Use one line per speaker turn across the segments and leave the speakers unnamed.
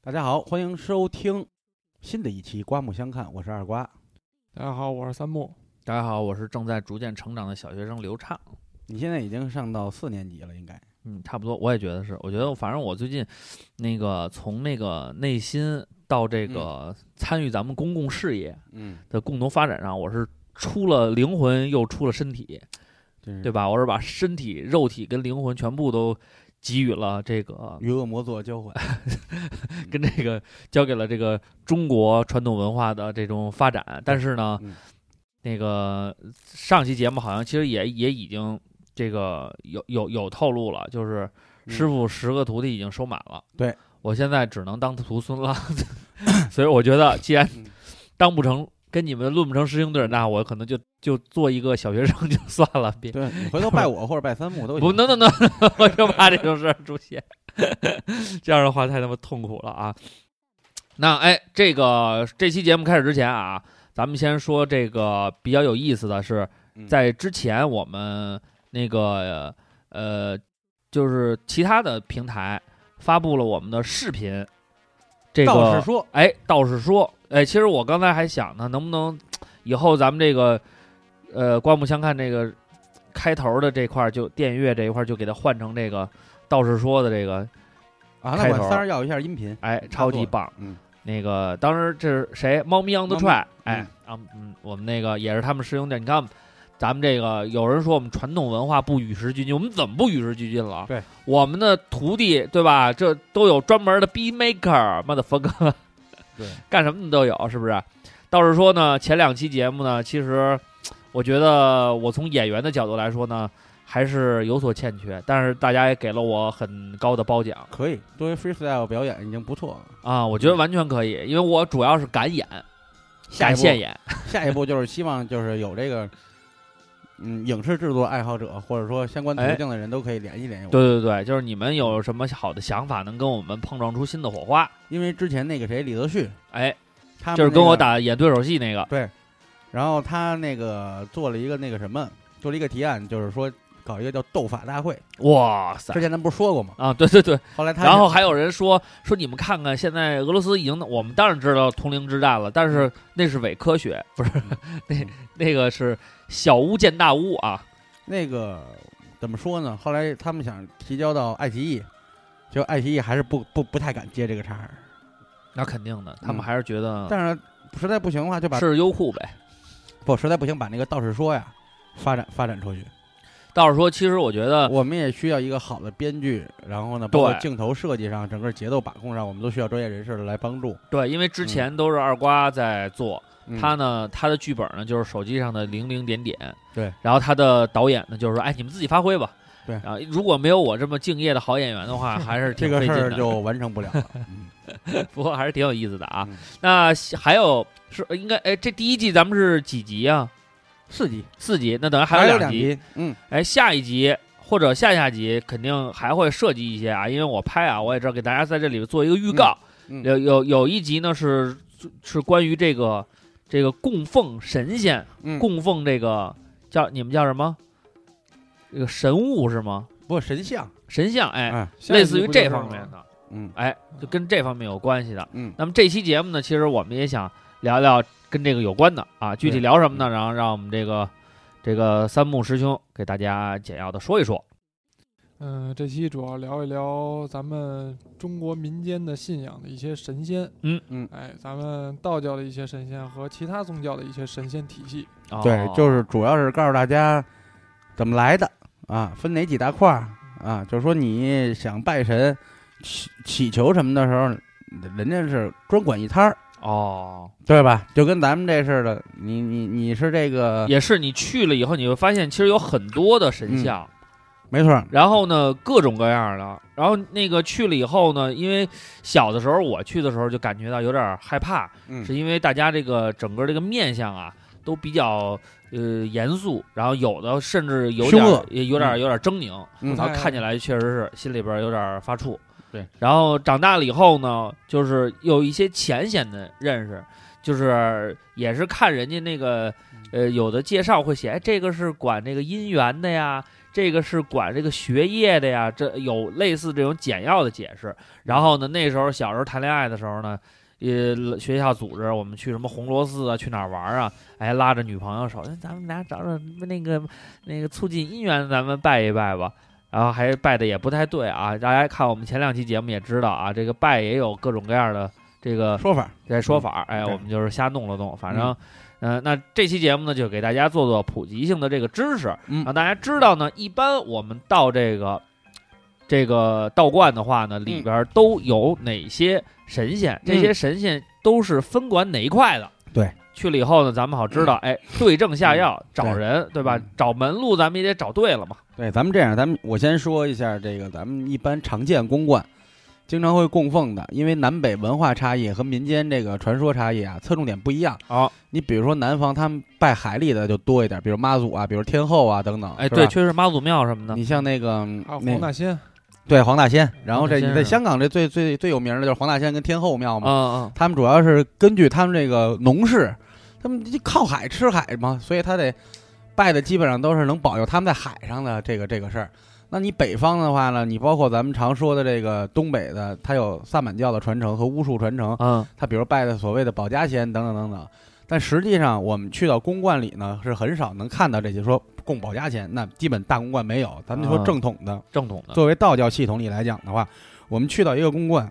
大家好，欢迎收听新的一期《刮目相看》，我是二瓜。
大家好，我是三木。
大家好，我是正在逐渐成长的小学生刘畅。
你现在已经上到四年级了，应该
嗯，差不多，我也觉得是。我觉得，反正我最近那个从那个内心到这个参与咱们公共事业
嗯，
的共同发展上，我是出了灵魂又出了身体，
真是
对吧？我是把身体、肉体跟灵魂全部都给予了这个，
与恶魔做交换。
跟这个交给了这个中国传统文化的这种发展。但是呢，
嗯
那个上期节目好像其实也也已经这个有有有透露了， 就是师傅十个徒弟已经收满了。
嗯对
我现在只能当徒孙了， 所以我觉得既然
嗯
当不成。跟你们论不成师兄弟儿，那我可能就就做一个小学生就算了，别
对你回头拜我或者拜三木都
不
行。
能能能， 我就怕这种事儿出现，这样的话太他妈痛苦了啊！那哎，这个这期节目开始之前啊，咱们先说这个比较有意思的是，
嗯
在之前我们那个呃，就是其他的平台发布了我们的视频，这个
道士说，
哎，道士说，哎，其实我刚才还想呢，能不能以后咱们这个，呃，刮目相看这个开头的这块儿就电乐这一块儿就给它换成这个道士说的这个，
啊，那
开
我
头
仨儿要一下音频。
哎，超级棒。
嗯，
那个当时这是谁？猫咪 on the
猫咪
track，哎，啊，嗯，我们那个也是他们师兄弟。你看，咱们这个有人说我们传统文化不与时俱进，我们怎么不与时俱进了？
对，
我们的徒弟对吧？这都有专门的 b maker，妈的 fuck，
对，
干什么的都有，是不是？倒是说呢，前两期节目呢，其实我觉得我从演员的角度来说呢，还是有所欠缺，但是大家也给了我很高的褒奖
可以作为 freestyle 表演已经不错了。
啊，我觉得完全可以，因为我主要是敢演，
下一
敢
步
现演，
下一步 就是希望就是有这个。嗯，影视制作爱好者或者说相关途
哎
径的人都可以联系联系我。
对对对，就是你们有什么好的想法，能跟我们碰撞出新的火花？
因为之前那个谁李泽旭，
哎，
他们
就是
那
跟我
个
打演对手戏那个，
然后他那个做了一个那个什么，做了一个提案，就是说搞一个叫斗法大会。
哇塞
之！前咱不是说过吗？
啊，对对对，
后来他
然后还有人说说你们看看，现在俄罗斯已经，我们当然知道通灵之战了，但是
嗯
那是伪科学，不是 那那个是小巫见大巫啊，
那个怎么说呢？后来他们想提交到爱奇艺，结果爱奇艺还是不不不太敢接这个茬儿。
那肯定的，他
嗯
们还是觉得
但是实在不行的话，就把
是优酷呗。
不实在不行把那个道士说呀发展发展出去。
倒是说，其实我觉得
我们也需要一个好的编剧，然后呢，包括
嗯对
镜头设计上、整个节奏把控上，我们都需要专业人士来帮助。
对，因为之前都是二瓜在做，
嗯
他呢，他的剧本呢就是手机上的零零点点，
对，
然后他的导演呢就是说，哎，你们自己发挥吧，
对
然后如果没有我这么敬业的好演员的话，还是
这
挺
个
费
事
劲
儿
的，
就完成不了了。嗯
不过还是挺有意思的啊。
嗯
那还有是应该，哎，这第一季咱们是几集啊？
四级
四集，那等于
还
有
两
集。
集，嗯，
哎，下一集或者下下集肯定还会涉及一些啊，因为我拍啊，我也知道给大家在这里做一个预告，
嗯嗯
有有有一集呢是是关于这个这个供奉神仙，
嗯
供奉这个叫你们叫什么？这个神物是吗？
不神像，
神像，哎，
哎，
类似于这方面的，
嗯
哎，就跟这方面有关系的。
嗯，
那么这期节目呢，其实我们也想聊聊跟这个有关的啊，具体聊什么呢？
嗯
然后让我们这个这个三木师兄给大家简要的说一说。
嗯、这期主要聊一聊咱们中国民间的信仰的一些神仙。
嗯
嗯
哎，咱们道教的一些神仙和其他宗教的一些神仙体系。
哦
对，就是主要是告诉大家怎么来的啊，分哪几大块儿啊，就是说你想拜神、祈祈求什么的时候，人家是专管一摊儿，
哦，
对吧？就跟咱们这似的，你你你是这个，
也是你去了以后，你会发现其实有很多的
嗯
神像，
没错儿，
然后呢各种各样的。然后那个去了以后呢，因为小的时候我去的时候就感觉到有点害怕，
嗯
是因为大家这个整个这个面相啊都比较呃严肃，然后有的甚至有点
凶恶
也有点
嗯
有点狰狞，
嗯
然后看起来确实是心里边有点发怵。
对，
然后长大了以后呢，
嗯
就是有一些浅显的认识，就是也是看人家那个呃，有的介绍会写，哎，这个是管这个姻缘的呀，这个是管这个学业的呀，这有类似这种简要的解释。然后呢，那时候小时候谈恋爱的时候呢，呃，学校组织我们去什么红螺寺啊，去哪儿玩啊？哎，拉着女朋友手，哎咱们俩找找那个那个促进姻缘，咱们拜一拜吧。然后还拜的也不太对啊，大家看我们前两期节目也知道啊，这个拜也有各种各样的这个
说法，
这说法儿，哎，
对
我们就是瞎弄了弄，反正，嗯、那这期节目呢，就给大家做做普及性的这个知识，
嗯
啊让大家知道呢，一般我们到这个这个道观的话呢，里边儿都有哪些神仙，这些神仙都是分管哪一块的。
对，嗯
去了以后呢，咱们好知道，哎，对症下药，找
对
人，对吧
嗯？
找门路，咱们也得找对了嘛。
对，咱们这样，咱们我先说一下这个咱们一般常见公观，经常会供奉的，因为南北文化差异和民间这个传说差异啊，侧重点不一样。
好、
你比如说南方他们拜海里的就多一点，比如妈祖啊，比如天后啊等等。
哎，
是
对，
吧
确实妈祖庙什么的，
你像那个
还有
那啊
黄大仙，
对黄大仙，然后这
黄大仙
你在
是
香港这最最最有名的就是黄大仙跟天后庙嘛，
嗯嗯，
他们主要是根据他们这个农事，他们就靠海吃海嘛，所以他得拜的基本上都是能保佑他们在海上的这个这个事儿。那你北方的话呢，你包括咱们常说的这个东北的，它有萨满教的传承和巫术传承，
嗯，
它比如拜的所谓的保家仙等等等等。但实际上，我们去到公观里呢，是很少能看到这些说供保家仙，那基本大公观没有。咱们就
啊
说正统的，
正统的，
作为道教系统里来讲的话，我们去到一个公观，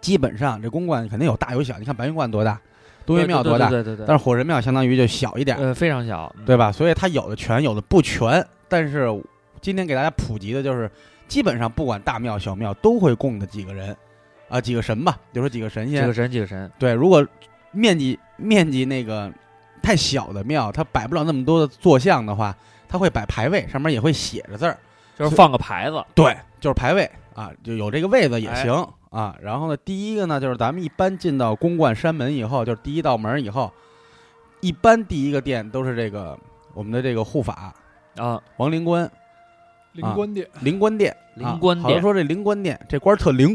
基本上这公观肯定有大有小。你看白云观多大，东岳庙
对
多大，
对对对对，
但是火神庙相当于就小一点，
呃，非常小，嗯
对吧？所以它有的全，有的不全。但是今天给大家普及的就是，基本上不管大庙小庙都会供的几个人，啊，几个神 吧，就说几个神
几
仙。
个神，几个神，
对，如果面积面积那个太小的庙，它摆不了那么多的坐像的话，它会摆排位，上面也会写着字儿。
就是放个牌子，
对，就是排位啊，就有这个位子也
哎
行、啊。然后呢，第一个呢，就是咱们一般进到公观山门以后，就是第一道门以后，一般第一个殿都是这个我们的这个护法
啊，
王灵官
灵官殿，
灵官殿，
灵
啊
官
好像
殿
说这灵官殿这官儿特灵，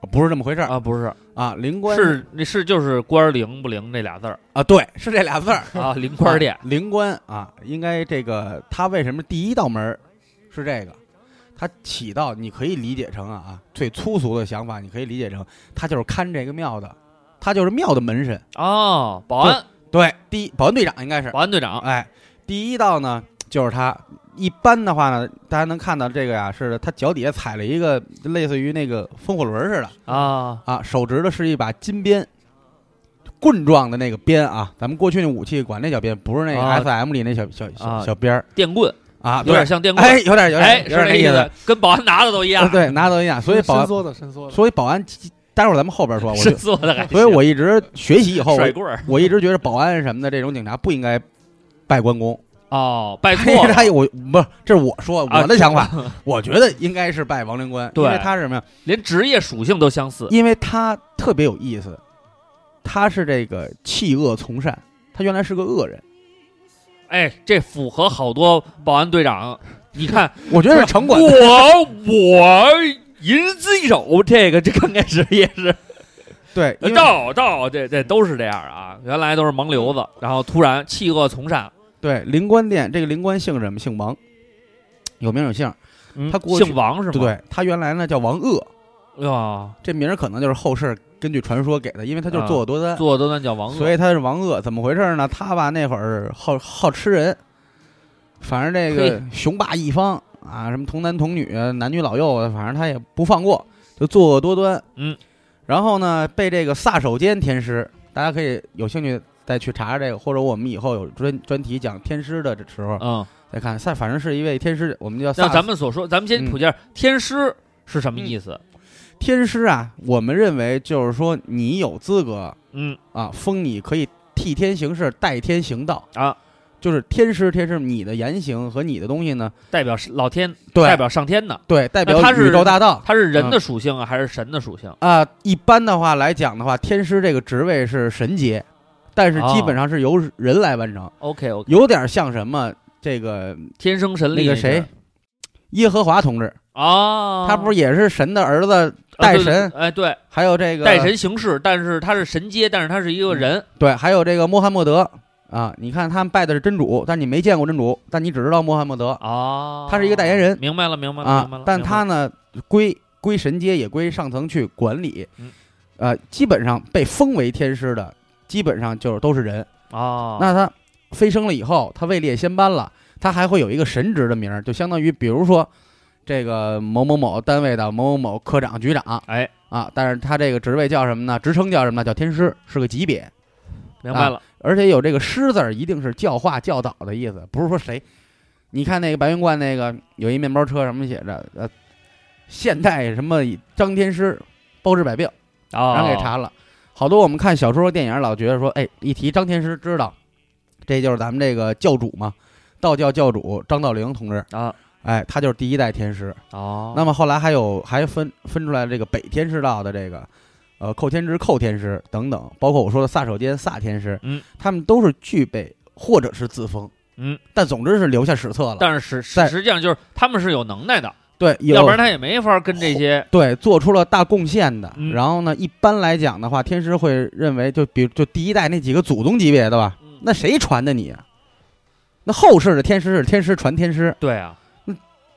啊不是这么回事儿
啊，不是，
啊。灵官
是那是就是官儿灵不灵这俩字儿
啊，对，是这俩字儿。
啊，灵官殿
啊，灵官啊，应该这个他为什么第一道门儿是这个？它起到你可以理解成啊啊，最粗俗的想法，你可以理解成他就是看这个庙的，他就是庙的门神。
哦，保安
对，第一保安队长应该是，
保安队长，
哎，第一道呢就是他。一般的话呢，大家能看到这个呀，是他脚底下踩了一个类似于那个风火轮似的
啊，
啊，手执的是一把金鞭，棍状的那个鞭啊，咱们过去那武器管那叫鞭，不是那个
啊
S M 里那小小
啊
小小鞭儿。
电棍，
啊，对，
有点像电棍，
哎，有点有
哎，
点
是
有点
这
那
意
思，，
跟保安拿的都一样
啊，对，拿走一样，所以保安，
伸缩的伸缩的，
所以保安，待会儿咱们后边说，我
是
就，
做的还行，
所以我一直学习以后，
甩
我
棍儿，
我一直觉得保安什么的这种警察不应该拜关公，
哦， 拜
因
错
为
了
他，我不是，这是我说
啊
我的 想法，我觉得应该是拜王灵官，
对
因为他是什么呀？
连职业属性都相似，
因为他特别有意思，他是这个弃恶从善，他原来是个恶人，
哎，这符合好多保安队长，你看。
我觉得是城管
我我银子一手，这个这刚开始也是
对，因为
到到，这这都是这样啊。原来都是盲流子，然后突然弃恶从善，
对灵官殿这个灵官姓什么？姓王，有名有姓。
嗯
他过去
姓王是吗？
对，他原来呢叫王鄂，
对啊，
这名儿可能就是后世根据传说给的，因为他就是
啊
作恶多端，
作恶多端叫王恶，
所以他是王鄂。怎么回事呢？他吧那会儿好好吃人，反正这个雄霸一方啊，什么童男童女、男女老幼的，啊反正他也不放过，就作恶多端。
嗯，
然后呢，被这个撒手间天师，大家可以有兴趣再去查查这个，或者我们以后有专专题讲天师的时候
嗯，
再看。撒反正是一位天师，我们叫
像
萨
咱们所说，咱们先
嗯
普及一下天师是什么意思？
天师啊，我们认为就是说你有资格
嗯
啊，封你可以替天行事，代天行道
啊，
就是天师，天师，你的言行和你的东西呢，
代表是老天，
对嗯
代表上天的，
对，代表
那他是
宇宙大道
他是人的属性啊，还是神的属性？
啊。一般的话来讲的话，天师这个职位是神阶，但
哦
是基本上是由人来完成，
OK OK，
有点像什么这个
天生神力
那个
是
谁，耶和华同志，
啊，
他不是也是神的儿子，
啊
代
对对
神，
哎对，
还有这个嗯
代神行事，但是他是神阶，但是他是一个人，
对，还有这个穆罕默德啊，你看他们拜的是真主，但你没见过真主，但你只知道穆罕默德
哦，
啊他是一个代言人
明白了，明白了，明白
啊
了。。
但他
明
呢，归归神阶也归上层去管理
嗯，
呃，基本上被封为天师的，基本上就是都是人。
白了哦，
那他飞升了以后，他位列仙班了，他还会有一个神职的名儿，就相当于比如说这个某某某单位的某某某科长、局长
哎，
啊，但是他这个职位叫什么呢？职称叫什么呢？叫天师，是个级别。
明白了，
而且有这个“师”字儿，一定是教化、教导的意思，不是说谁。你看那个白云观那个有一面包车，上面写着呃，现代什么张天师包治百病，
哦，
然啊后给查了。好多我们看小说、电影老觉得说，哎，一提张天师，知道这就是咱们这个教主嘛，道教教主张道陵同志，
啊，
哎，他就是第一代天师。
哦，
那么后来还有还分分出来这个北天师道的这个，呃，寇天之、寇天师等等，包括我说的萨首监、萨天师，
嗯，
他们都是具备或者是自封，
嗯，
但总之是留下史册了。
但是实
在
实际上就是他们是有能耐的，
对，有
要不然他也没法跟这些
对做出了大贡献的。
嗯
然后呢，一般来讲的话，天师会认为，就比如就第一代那几个祖宗级别的吧，
嗯
那谁传的你啊？那后世的天师是天师传天师，
对啊，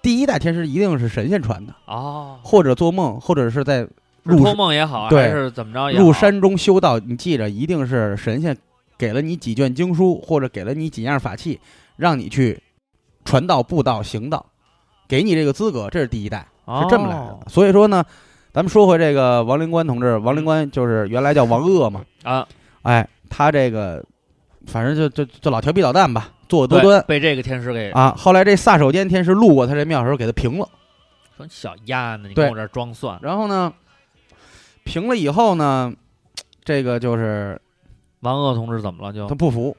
第一代天师一定是神仙传的，
哦，
或者做梦，或者是在
是
入
托梦也好，
对
还是怎么着也好
入山中修道，你记着，一定是神仙给了你几卷经书，或者给了你几样法器，让你去传道、布道、行道，给你这个资格，这是第一代，
哦
是这么来的。所以说呢，咱们说回这个王灵官同志，王灵官就是原来叫王鄂嘛，
啊，
哎，他这个反正就就就老调皮捣蛋吧，作恶多
对
端
被这个天师给
啊。后来这撒手间天师路过他这庙的时候，给他平了。
说你小丫呢，你
对
跟我这儿装蒜，
然后呢，平了以后呢，这个就是
王鄂同志怎么了就
他不服，哦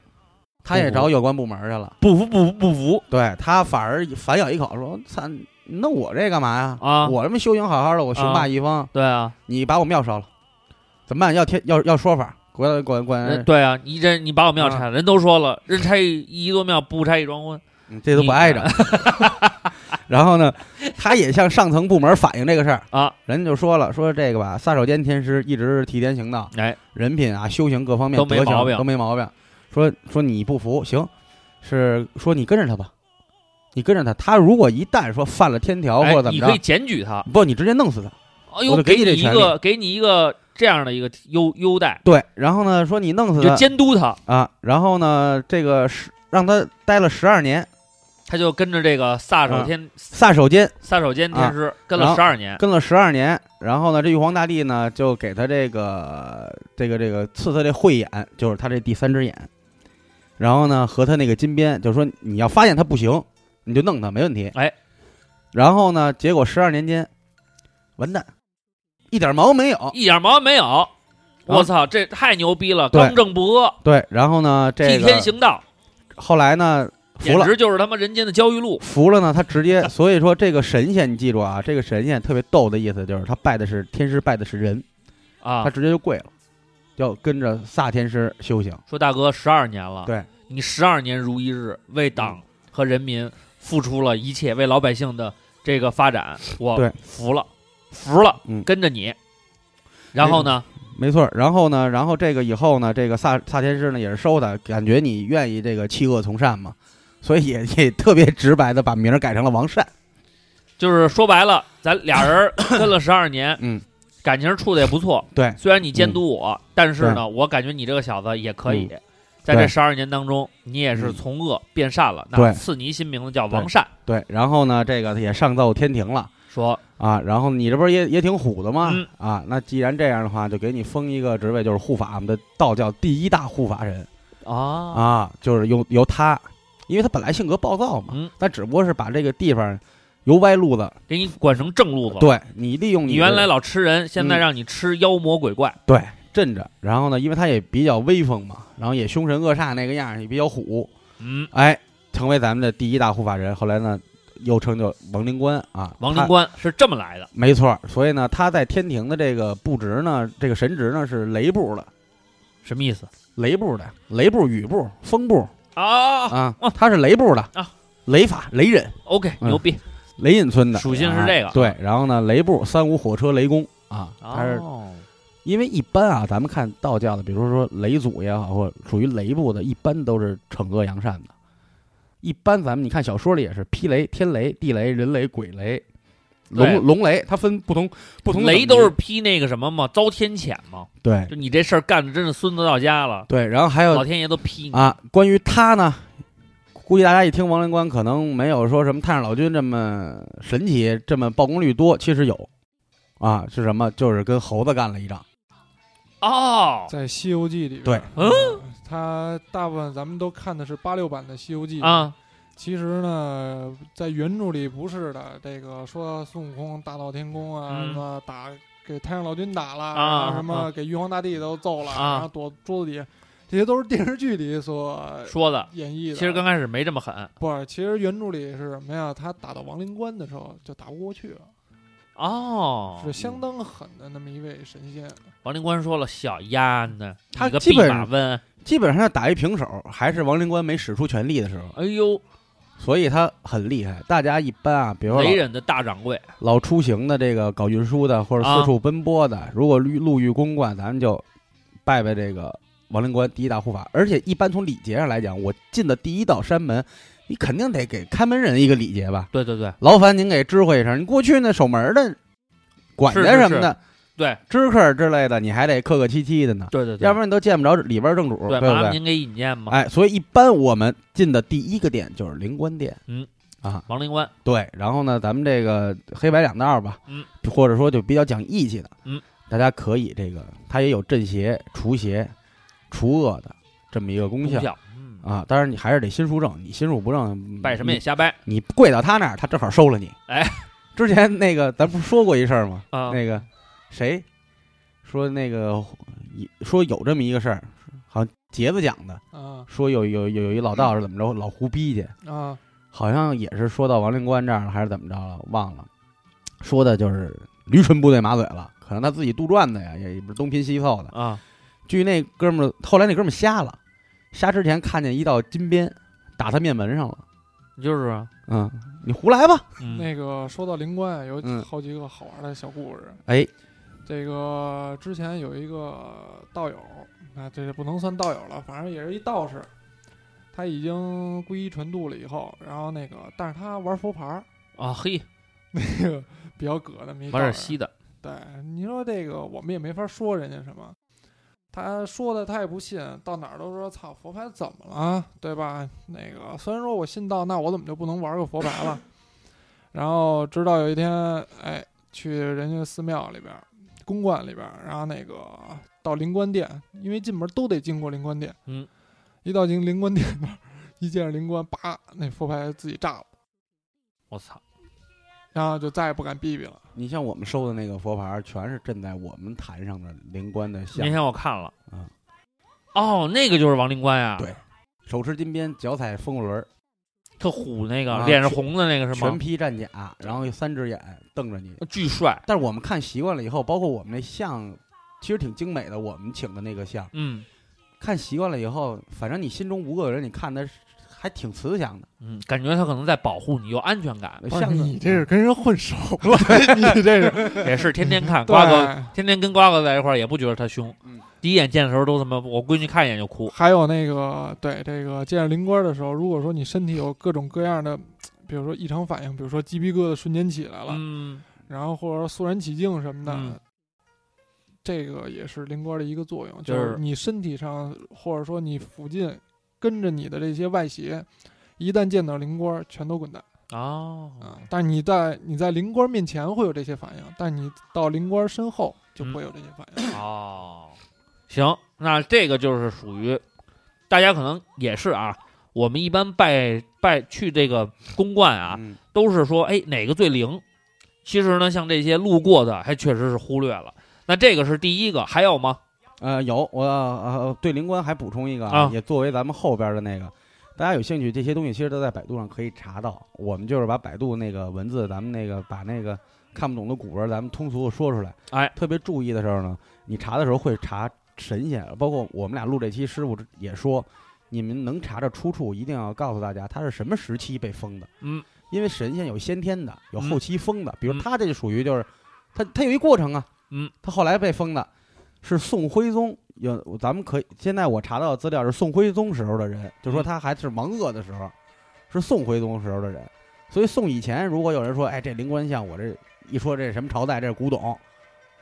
他也
不服
找有关部门去了。
不服不服不服
对他反而反咬一口说：“操，你弄我这干嘛呀？
啊
我这么修行好好的，我雄霸一方，
对啊，
你把我庙烧了，怎么办？要天要要说法，管管
人
管，
对啊，你这你把我庙拆了，人都说了，人拆一一座庙不拆一桩婚，
嗯这都不挨着。 然后呢，他也向上层部门反映这个事儿
啊，
人家就说了，说这个吧，撒手间天师一直是替天行道，
哎，
人品啊、修行各方面
都没
德行
毛病
都没毛病。说说你不服，行，是说你跟着他吧，你跟着他，他如果一旦说犯了天条或
哎
者怎
你
么
可
着
以，检举他，
不，你直接弄死他。”
哎
我
呦，
就给
给
你这
一
权
个给你一个这样的一个优优待，
对，然后呢，说你弄死
你就
他
监督他，
啊，然后呢，这个十让他待了十二年，
他就跟着这个撒手天
撒手间
撒手间天师
嗯啊然
跟了
后哦
十二年，
跟了十二年，然后呢，这玉皇大帝呢就给他这个这个这个赐他这慧眼，就是他这第三只眼，然后呢和他那个金鞭，就说你要发现他不行，你就弄他没问题。
哎，
然后呢，结果十二年间，完蛋，一点毛没有。
一点毛没有。
然
我
后
操，这太牛逼了！
对
刚正不阿，
对，然后呢，这
替天
个
行道，
后来呢，服
简
了。
直就是他妈人间的焦裕禄。
服了呢，他直接，所以说这个神仙，你记住啊，这个神仙特别逗的意思就是他拜的是天师，拜的是人，
啊
他！直接就跪了，要跟着萨天师修行。
说大哥，十二年了，
对，嗯
你十二年如一日，为党和人民付出了一切，为老百姓的这个发展，我
对
服了，服了，
嗯
跟着你。然后呢，
没错儿，然后呢，然后这个以后呢，这个萨萨天师呢也是收他，感觉你愿意这个弃恶从善嘛， 所以也也特别直白的把名儿改成了王善。
就是说白了，咱 俩人跟了十二年，
嗯，
感情处的也不错。
对嗯
虽然你监督我，但是呢，我感觉你这个小子也可以，在这
对嗯
十二年当中，你也是从恶变善了。那
对
赐你一新名字叫王善，
对，然后呢，这个也上奏天庭了
说
啊，然后你这不是也也挺虎的吗？
嗯
啊，那既然这样的话，就给你封一个职位，就是护法，我们的道教第一大护法神。
啊，
啊，就是由由他，因为他本来性格暴躁嘛，
嗯
但只不过是把这个地方由歪路子，
给你管成正路子。
对你利用
你
你
原来
的
老吃人，现在
嗯
让你吃妖魔鬼怪。
对镇着，然后呢，因为他也比较威风嘛，然后也凶神恶煞那个样儿，也比较虎，
嗯，
哎，成为咱们的第一大护法人。后来呢，又称叫王灵官啊，
王
他
灵官是这么来的
没错儿，所以呢，他在天庭的这个部职呢，这个神职呢是雷部的，
什么意思
雷部的，雷部、雨部、风部
啊
啊
哦，
他是雷部的
啊，
雷法、雷忍。
？OK，
嗯
牛逼
雷隐村的，
属性是这个
啊对，然后呢，雷部三无火车雷公啊，他是
哦，
因为一般啊，咱们看道教的，比如说雷祖也好，或者属于雷部的，一般都是惩恶扬善的。一般咱们你看小说里也是劈雷、天雷、地雷、人雷、鬼雷、龙
对
龙雷，它分不同不同的
雷
等级
都是批那个什么嘛，遭天谴嘛。
对
就你这事儿干的真是孙子到家了，
对，然后还有
老天爷都批你。
啊，关于他呢，估计大家一听王灵官，可能没有说什么太上老君这么神奇，这么曝光率多，其实有，啊，是什么？就是跟猴子干了一仗，
哦，
在《西游记》里边，
对
嗯
呃，他大部分咱们都看的是八六版的《西游
嗯
记》，
啊，
其实呢，在原著里不是的。这个说孙悟空大闹天宫啊，
嗯
什么打给太上老君打了，
啊
然后什么
啊
给玉皇大帝都揍了，
啊
然后躲桌子底下，这些都是电视剧里所
呃
说的。
演绎的。
其实刚开始没这么狠
不是，其实原著里是什么呀？他打到亡灵关的时候就打不过去了，
哦
是。相当狠的那么一位神仙。
王灵官说了，小丫呢，
他
你个
基
弼
本
马温，
基本上打一平手，还是王灵官没使出全力的时候，
哎呦，
所以他很厉害。大家一般啊，比如说
雷
老
人的大掌柜，
老出行的这个搞运输的，或者
啊
四处奔波的，如果遇路遇公馆，咱们就拜拜这个王灵官第一大护法。而且一般从礼节上来讲，我进的第一道山门，你肯定得给看门人一个礼节吧。
对对对
劳烦您给知会一声，你过去那守门的管家
是是
什么的，
对
知客之类的，你还得客客气气的呢，
对对对，
要不然你都见不着里边正主，
对，
对
麻
不对？
烦您给引荐嘛。
哎，所以一般我们进的第一个店啊就是灵官殿，
嗯王灵官，
对。然后呢，咱们这个黑白两道吧，
嗯，
或者说就比较讲义气的，
嗯，
大家可以这个，它也有镇邪、除邪、除恶的这么一个功
功
效
效，嗯，
啊。当然你还是得心术正，你心术不正，
拜什么
你
也瞎拜
你跪到他那儿，他正好收了你。
哎，
之前那个咱不是说过一事儿吗？
啊。
那个谁说那个说有这么一个事儿，好像杰子讲的，
啊
说有有有有一老
嗯
道士怎么着，老胡逼去，
啊
好像也是说到王令官这儿了，还是怎么着了，忘了。说的就是驴唇不对马嘴了，可能他自己杜撰的呀，也也不是东拼西凑的。
啊，
据那哥们儿，后来那哥们儿瞎了，瞎之前看见一道金鞭打他面门上了。
就是啊，
嗯，你胡来吧。
嗯
那个说到灵官，有
嗯
好几个好玩的小故事。
哎，
这个之前有一个道友，啊，这不能算道友了，反正也是一道士。他已经皈依传度了以后，然后那个，但是他玩佛牌儿，
啊，嘿，
那个比较葛那么一道
玩点
人。
稀的，
对，你说这个我们也没法说人家什么，他说的他也不信，到哪儿都说操佛牌怎么了，对吧？那个虽然说我信道，那我怎么就不能玩个佛牌了？ 然后直到有一天，哎，去人家寺庙里边儿、公馆里边儿，然后那个到灵官殿，因为进门都得经过灵官殿，
嗯，
一到灵灵官殿那儿，一见着灵官，叭，那佛牌自己炸了，
我操，
然后就再也不敢逼逼了。
你像我们收的那个佛牌儿，全是镇在我们坛上的灵官的像
那，天我看了
嗯，
哦，那个就是王灵官呀，
对手持金鞭，脚踩风轮儿，
特虎那个，
啊
脸是
全
红的那个是
全
吗？
披战甲，然后有三只眼瞪着你。
巨帅，
但是我们看习惯了以后，包括我们那像，其实挺精美的，我们请的那个像，
嗯
看习惯了以后，反正你心中无恶人，你看的还挺慈祥的。
嗯，感觉他可能在保护你，有安全感，
不是
像
你这是跟人混熟，
你这是也是天 天看瓜哥，
对。
天天跟瓜哥在一块儿也不觉得他凶
嗯，
第一眼见的时候都他妈，我闺女看一眼就哭，
还有那个，对这个见着灵官的时候，如果说你身体有各种各样的，比如说异常反应，比如说鸡皮疙瘩瞬间起来了，
嗯，
然后或者说肃然起敬什么的，
嗯
这个也是灵官的一个作用，
就
就是是你身体上或者说你附近跟着你的这些外邪，一旦见到灵官，全都滚蛋
哦，
啊！但是你在你在灵官面前会有这些反应，但你到灵官身后就不会有这些反应。
哦，行，那这个就是属于大家可能也是啊，我们一般拜拜去这个公观啊，
嗯
都是说哎哪个最灵。其实呢，像这些路过的还确实是忽略了。那这个是第一个，还有吗？
呃，有我呃对灵官还补充一个
啊
也作为咱们后边的那个，大家有兴趣这些东西其实都在百度上可以查到。我们就是把百度那个文字，咱们那个把那个看不懂的古文，咱们通俗的说出来。
哎，
特别注意的时候呢，你查的时候会查神仙，包括我们俩录这期师傅也说，你们能查着出处，一定要告诉大家他是什么时期被封的。
嗯，
因为神仙有先天的，有
嗯
后期封的，比如
嗯
他这就属于就是他他有一过程啊。
嗯，
他后来被封的。是宋徽宗有，咱们可以现在我查到的资料是宋徽宗时候的人，就说他还是盲厄的时候，是宋徽宗时候的人。所以宋以前，如果有人说，哎，这灵官像我这一说这什么朝代，这是古董，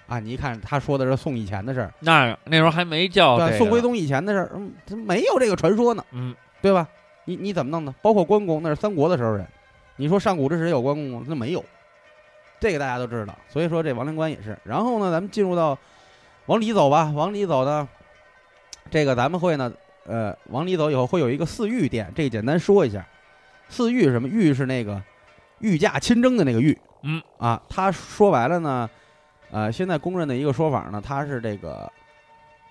啊，你一看他说的是宋以前的事儿，
那那时候还没
哦
叫
对
这
吧，
个
宋徽，宗以前的事儿，嗯，这没有这个传说呢，
嗯，
对吧？你你怎么弄的？包括关公，那是三国的时候人，你说上古之时有关公吗？那没有，这个大家都知道。所以说这王灵官也是。然后呢，咱们进入到往里走吧，往里走呢，这个咱们会呢，呃，往里走以后会有一个四御殿，这个简单说一下。四御是什么？御是那个御驾亲征的那个御，
嗯
啊，他说白了呢，呃，现在公认的一个说法呢，他是这个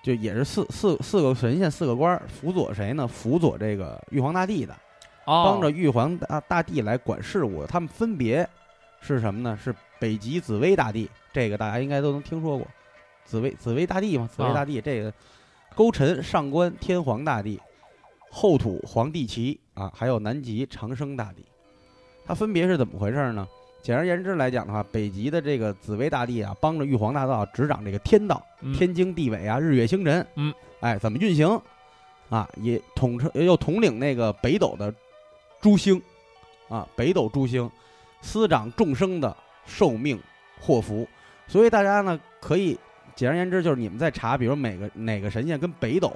就也是四四四个神仙四个官儿辅佐谁呢？辅佐这个玉皇大帝的，帮
帮
着玉皇大大帝来管事务。他们分别是什么呢？是北极紫薇大帝，这个大家应该都能听说过。紫薇紫薇大帝嘛，紫薇
啊
大帝、这个勾陈上官天皇大帝，后土皇帝旗啊，还有南极长生大帝。它分别是怎么回事呢？简而言之来讲的话，北极的这个紫薇大帝啊，帮着玉皇大道执掌这个天道，天经地纬啊，日月星辰，
嗯，
哎，怎么运行啊？也统称又统领那个北斗的诸星啊，北斗诸星司掌众生的寿命祸福，所以大家呢可以简而言之，就是你们在查，比如每个哪个神仙跟北斗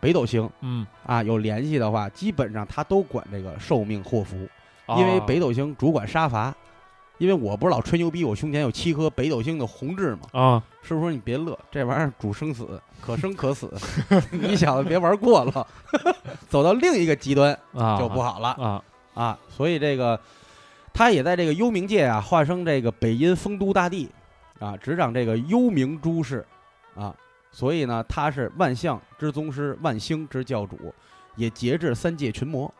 北斗星
嗯，
啊有联系的话，基本上他都管这个寿命祸福，
哦
因为北斗星主管杀伐。因为我不是老吹牛逼，我胸前有七颗北斗星的红痣嘛，
啊，
师傅说：“你别乐，这玩意儿主生死，可生可死， 你小子别玩过了， 走到另一个极端
啊
就不好了
啊，
啊。”所以这个他也在这个幽冥界啊，化身这个北阴丰都大帝啊，执掌这个幽冥诸事啊。所以呢，他是万象之宗师，万星之教主，也节制三界群魔。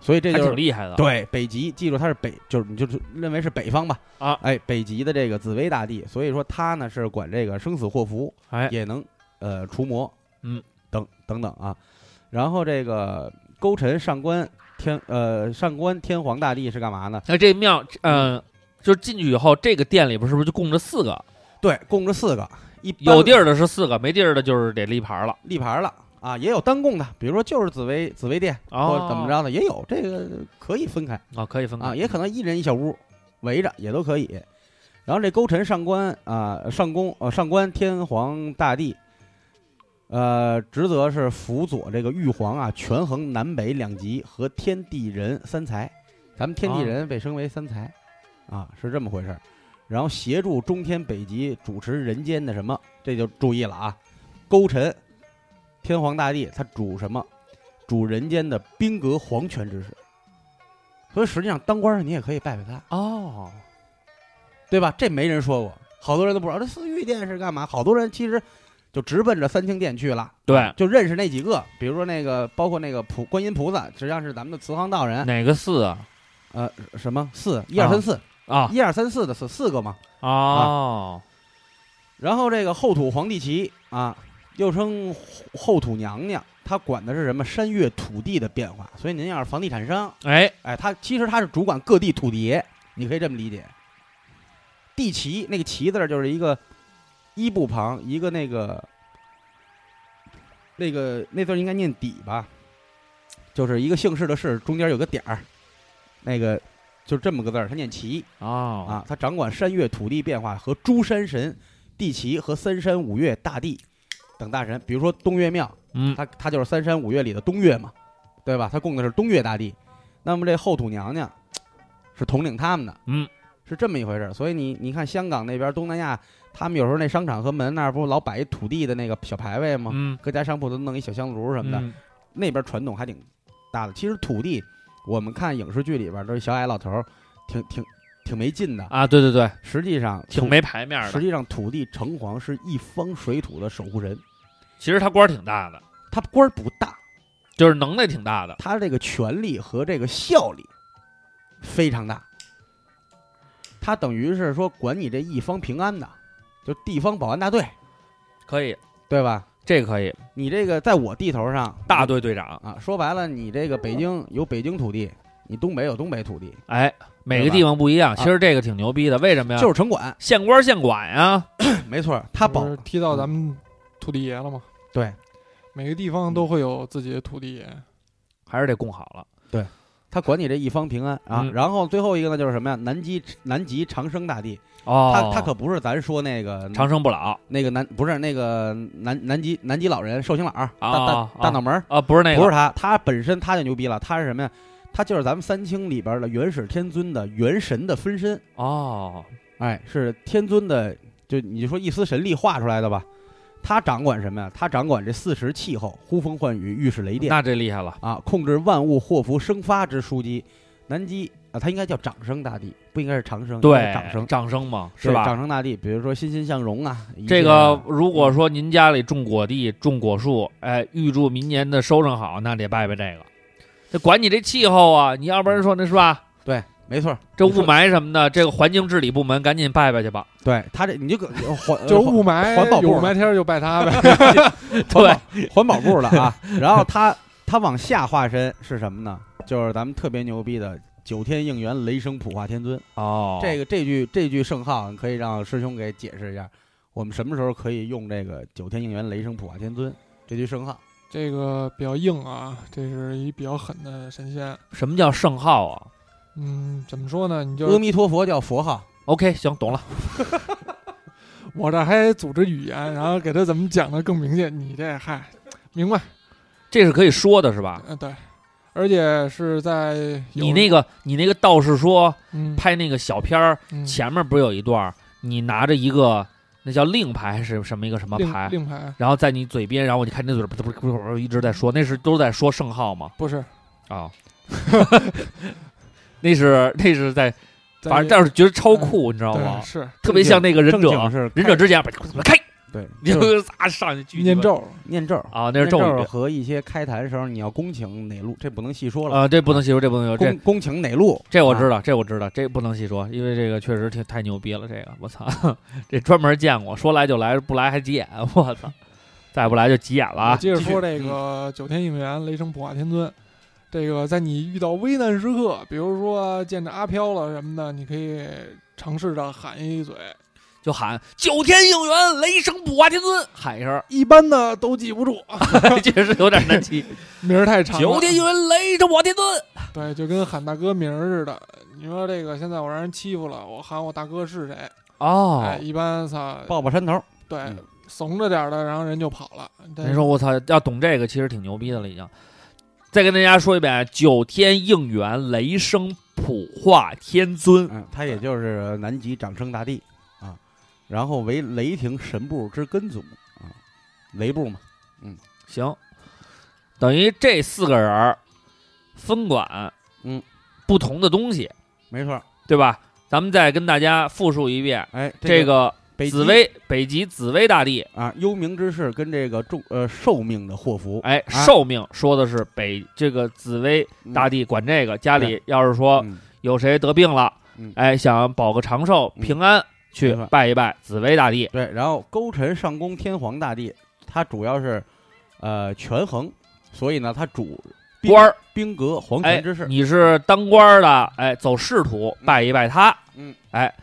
所以这
还
就是
挺厉害的，
对，北极，记住它是北，就是你就是认为是北方吧？
啊，
哎，北极的这个紫薇大帝，所以说他呢是管这个生死祸福，
哎，
也能呃除魔，
嗯，
等等等啊。然后这个勾陈上官天呃上官天皇大帝是干嘛呢？
那这庙，嗯，就是进去以后，这个店里边是不是就供着四个？
对，供着四个，一般
有地儿的是四个，没地儿的就是得立牌了。
立牌了啊，也有单供的，比如说就是紫薇紫薇殿、
哦
或者怎么着的，也有这个可以分开。
啊，可以分
啊，
开
也可能一人一小屋，围着也都可以。然后这勾陈上官啊、上宫呃、上官天皇大帝，呃，职责是辅佐这个玉皇啊，权衡南北两极和天地人三才。咱们天地
啊
人被称为三才，啊，是这么回事儿。然后协助中天北极主持人间的什么，这就注意了啊。勾陈，天皇大帝他主什么？主人间的兵革皇权之事。所以实际上当官儿你也可以拜拜他，
哦，
对吧？这没人说过，好多人都不知道这四御殿是干嘛。好多人其实就直奔着三清殿去了，
对，
就认识那几个，比如说那个包括那个普观音菩萨，实际上是咱们的慈航道人，
哪个四啊？
呃，什么四一二三四
啊
一二三四的四四个嘛。啊
哦，
然后这个后土皇帝旗啊，又称后土娘娘，她管的是什么山岳土地的变化。所以您要是房地产商，
哎，
哎，他其实他是主管各地土地爷，你可以这么理解。地旗那个旗字儿就是一个一部旁，一个那个那个那字儿应该念底吧，就是一个姓氏的氏，中间有个点儿，那个就这么个字儿，他念旗
哦
啊。他掌管山岳土地变化和诸山神、地旗和三山五岳大帝等大神，比如说东岳庙，
嗯，
他他就是三山五岳里的东岳嘛，对吧？他供的是东岳大帝。那么这后土娘娘是统领他们的，
嗯，
是这么一回事儿。所以你你看香港那边东南亚，他们有时候那商场和门那儿不老摆一土地的那个小牌位吗？
嗯
各家商铺都弄一小香炉什
什
么的，那边传统还挺大的。其实土地，我们看影视剧里边都是小矮老头儿，挺挺挺没劲的。
啊？对对对，
实际上土，
挺没牌面
实
的。
际上土地城隍是一方水土的守护神，
其实他官儿挺大的，
他官儿不大，
就是能耐挺大的。
他这个权力和这个效力非常大。他等于是说管你这一方平安的，就地方保安大队，
可以，
对吧？
这可以，
你这个在我地头上
大队队长，
啊，说白了，你这个北京有北京土地，你东北有东北土地，
哎，每
对
个
吧
啊地方不一样，其实这个挺牛逼的。为什么呀？
就是是城管。
县官县管呀，啊
没错，他保嗯
不是踢到咱们土地爷了吗？
对，嗯
每个地方都会有自己的土地爷。
还是得供好了。
他管你这一方平安啊。
嗯
然后最后一个呢，就是什么呀？南极南极长生大帝，
哦，
他他可不是咱说那个
长生不老
那个南不是那个南南极南极老人寿星佬儿大
啊
大
啊
大脑门儿，
啊，不是那个，
不是他，他本身他就牛逼了，他是什么呀？他就是咱们三清里边的元始天尊的元神的分身，
哦，
哎，是天尊的，就你说一丝神力画出来的吧？他掌管什么呀？他掌管这四时气候，呼风唤雨，御史雷电
那这厉害了。
啊，控制万物祸福生发之枢机。南极啊，他应该叫长生大帝，不应该是长生，应该是，
对
长生
长生嘛，是
对
吧？
长生大帝，比如说欣欣向荣啊，一
这
切
个
啊
如果说您家里种果地、种果树，哎，预祝明年的收成好，那得拜拜这个。这管你这气候啊，你要不然说那是吧？
对，没错，
这雾
你说
霾什么的，这个环境治理部门赶紧拜拜去吧。
对他这你就可呃 环
就是雾霾，
环保
有
部
雾
嘛
霾天儿就拜他呗。
对，
环保 部了啊。然后他他往下化身是什么呢？就是咱们特别牛逼的九天应元雷声普化天尊。
哦，
这个这句这句圣号可以让师兄给解释一下，我们什么时候可以用这个九天应元雷声普化天尊这句圣号？
这个比较硬啊，这是一比较狠的神仙。
什么叫圣号啊
嗯，怎么说呢？你
阿
就
弥陀佛叫佛号，
？OK，行，懂了。
我这还组织语言，然后给他怎么讲的更明显。你这嗨，明白？
这是可以说的，是
啊
吧？
嗯，对，而且是在有
你那个，你那个道士说
嗯
拍那个小片儿，
嗯
前面不是有一段儿，你拿着一个那叫令牌还是什么一个什么
令
牌，
令牌
然后在你嘴边，然后你看你嘴不不不不一直在说，那是都在说圣号吗？
不是，
啊，那是那是在，
在
反正但是觉得超酷，你知道吗
对？是
特别像那个忍
正
者，
经是
忍者之剑，开，
对，
你
就是
就啊上去狙击
念咒，
念咒。
啊，那是咒
念
语
和一些开坛的时候你要恭请哪路，这不能细说了。啊
啊，这不能细说，这不能细说，这
恭恭请哪路？
这我知道，这我知道，这不能细说，因为这个确实挺太牛逼了。这个我操， 这专门见过，说来就来，不来还急眼，我操，再不来就急眼了
我
啊！
接着
继续
说这个九天应元雷声普化天尊，这个在你遇到危难时刻，比如说见着阿飘了什么的，你可以尝试着喊一嘴。
就喊九天应元，雷声普化天尊，喊一声，
一般的都记不住，啊
确实有点难记。
名儿太长了。
九天应元，雷声普化天尊，
对，就跟喊大哥名儿似的。你说这个现在我让人欺负了，我喊我大哥是谁？哎，
哦，
一般操，
抱抱山头，
对，
嗯
怂着点儿的，然后人就跑了。
您说我操，要懂这个其实挺牛逼的了，已经。再跟大家说一遍，九天应元，雷声普化天尊，
嗯，他也就是南极长生大帝啊，然后为雷霆神部之根祖啊，雷部嘛，
行，等于这四个人儿分管，
嗯，
不同的东西，
没错儿。
对吧？咱们再跟大家复述一遍，
哎，
这个
北
紫
极
薇北极紫薇大帝，
啊，幽冥之士跟这个众呃寿命的祸福，
哎，
啊
寿命说的是北这个紫薇
嗯
大帝管这个，家里要是说
嗯
有谁得病了
嗯，
哎，想保个长寿
嗯
平安，去
没错
拜一拜紫薇大帝。
对，然后勾陈上宫天皇大帝，他主要是呃权衡，所以呢，他主兵
官儿，
兵革皇
哎
权之，士，
你是当官儿的，哎，走仕途拜一拜他，
嗯，
哎，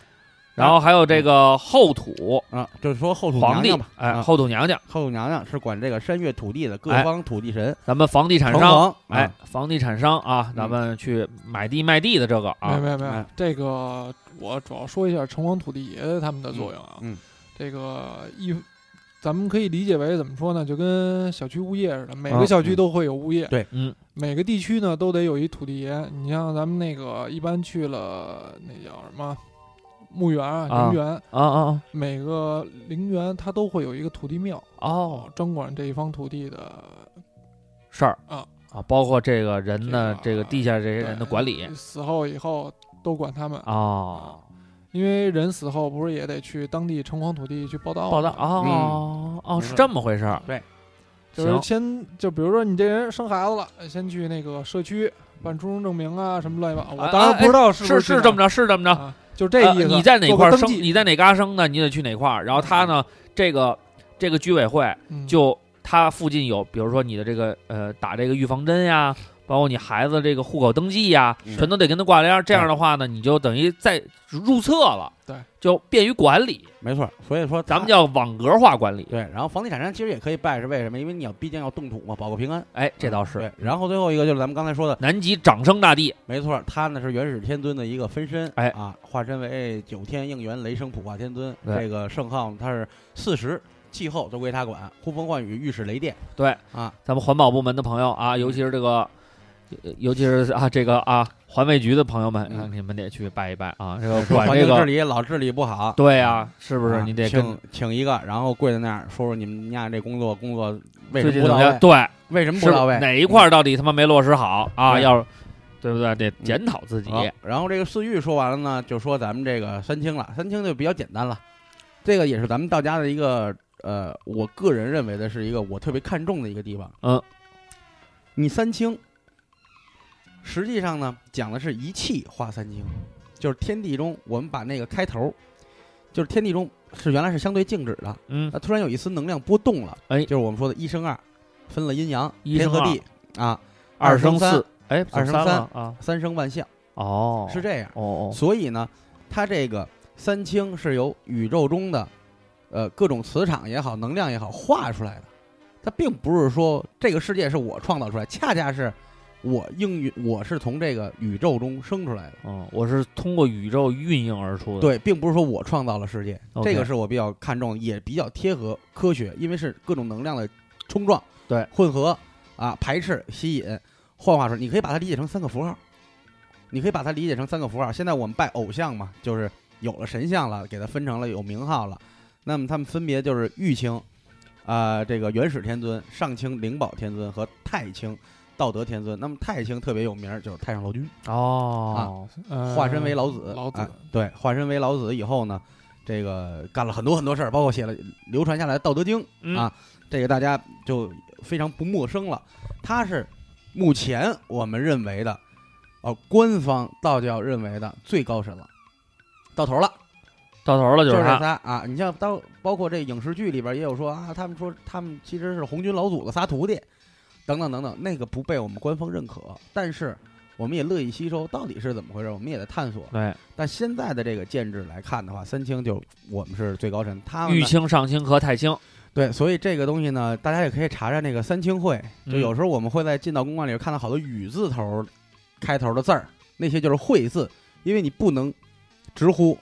然后还有这个后土
啊，就是说后土
哎皇
娘
帝
娘吧，，
哎，
啊
后土娘娘，
后土娘娘是管这个山岳土地的各
哎
方土地神，
咱们房地产
城
商，
隍，
哎
啊，，嗯
房地产商啊，咱们去买地卖地的这个
没有
啊，
没有没有
哎，
这个我主要说一下城隍土地爷他们的作用啊。
嗯嗯
这个一，咱们可以理解为怎么说呢？就跟小区物业似的，每
啊
个小区
嗯
都会有物业，
对
嗯，
每个地区呢都得有一土地爷。你像咱们那个一般去了那叫什么墓园
啊
啊、陵园，
啊啊
每个陵园它都会有一个土地庙，
啊哦，
专管这一方土地的
事儿
啊
啊，包括这个人的
这
这
个
个地下这些人的管理
死后以后都管他们啊
哦，
因为人死后不是也得去当地城隍土地去报道
报道
吗，
哦哦
没
是
错
这么回事儿，
对，
就是
行
先就比如说你这人生孩子了，先去那个社区办出生证明啊什么乱七八糟，
啊
我当然不知道是
是
不
是
去
这么
哪
着，是这么
儿
着。
啊，就这意思。
呃你在哪块儿
做个
生，
登记
你在哪嘎生的，你得去哪块儿。然后他呢，这个这个居委会
嗯
就他附近有，比如说你的这个呃打这个预防针呀，包括你孩子这个户口登记呀，
嗯
全都得跟他挂帘儿。这样的话呢，你就等于在入册了，
对，
就便于管理。
没错。所以说他，
咱们叫网格化管理。
对，然后房地产商其实也可以败，是为什么？因为你要毕竟要动土嘛，保个平安。
哎，这倒是
嗯
对，。然后最后一个就是咱们刚才说的，
南极掌生大帝，
没错，他呢是元始天尊的一个分身，
哎
啊，化身为九天应元雷声普化天尊，
对
这个圣号他是四时气候都归他管，呼风唤雨，御使雷电，
对
啊，
咱们环保部门的朋友啊，尤其是这个，呃尤其是啊这个啊环卫局的朋友们，
嗯
啊你们得去拜一拜啊， 这个
说
管
环
这
境治
个，
理老治理不好，
对啊，是不是？
啊
你得跟
请请一个，然后跪在那儿说说你们家这工作工作为什
最近
么不
怎
到
么样？
位，
对，
为什么
是
不到位？
哪一块儿到底他妈没落实好啊？
对嗯
要是对不对？得检讨自己。
好然后这个四玉说完了呢，就说咱们这个三清了。三清就比较简单了，这个也是咱们道家的一个呃，我个人认为的是一个我特别看重的一个地方。
嗯，
你三清实际上呢讲的是一气化三清，就是天地中我们把那个开头，就是天地中是原来是相对静止的，
嗯
那突然有一丝能量波动了，
哎
就是我们说的一生二，分了阴阳，
一
天
生
和
二
地啊，
二
生
生
三
四，哎，
二
怎么
生
三了啊，
三生万象
哦，
是这样。
哦哦，
所以呢，它这个三清是由宇宙中的呃各种磁场也好、能量也好画出来的。它并不是说这个世界是我创造出来，恰恰是我应运，我是从这个宇宙中生出来的。
嗯，我是通过宇宙运营而出的。，
对，并不是说我创造了世界
OK
这个是我比较看重，也比较贴合科学，因为是各种能量的冲撞、
对
混合啊、排斥、吸引、幻化出来。你可以把它理解成三个符号，你可以把它理解成三个符号。现在我们拜偶像嘛，就是有了神像了，给它分成了有名号了。那么他们分别就是玉清，啊、这个元始天尊、上清灵宝天尊和太清道德天尊。那么太清特别有名儿，就是太上老君。
哦，
啊
呃
化身为老子，
老子
啊对，化身为老子以后呢，这个干了很多很多事儿，包括写了流传下来的《道德经》
嗯
啊，这个大家就非常不陌生了。他是目前我们认为的，呃，官方道教认为的最高神了，到头了，
到头了
就
就是
这
他。
仨啊。你像当包括这影视剧里边也有说啊，他们说他们其实是红军老祖的仨徒弟，等等等等，那个不被我们官方认可，但是我们也乐意吸收到底是怎么回事，我们也在探索。
对，
但现在的这个建制来看的话，三清就我们是最高神，他们
玉
呢
清、上清和太清。
对，所以这个东西呢，大家也可以查查那个三清会，就
嗯
有时候我们会在进到公馆里看到好多雨字头开头的字儿，那些就是会字，因为你不能直呼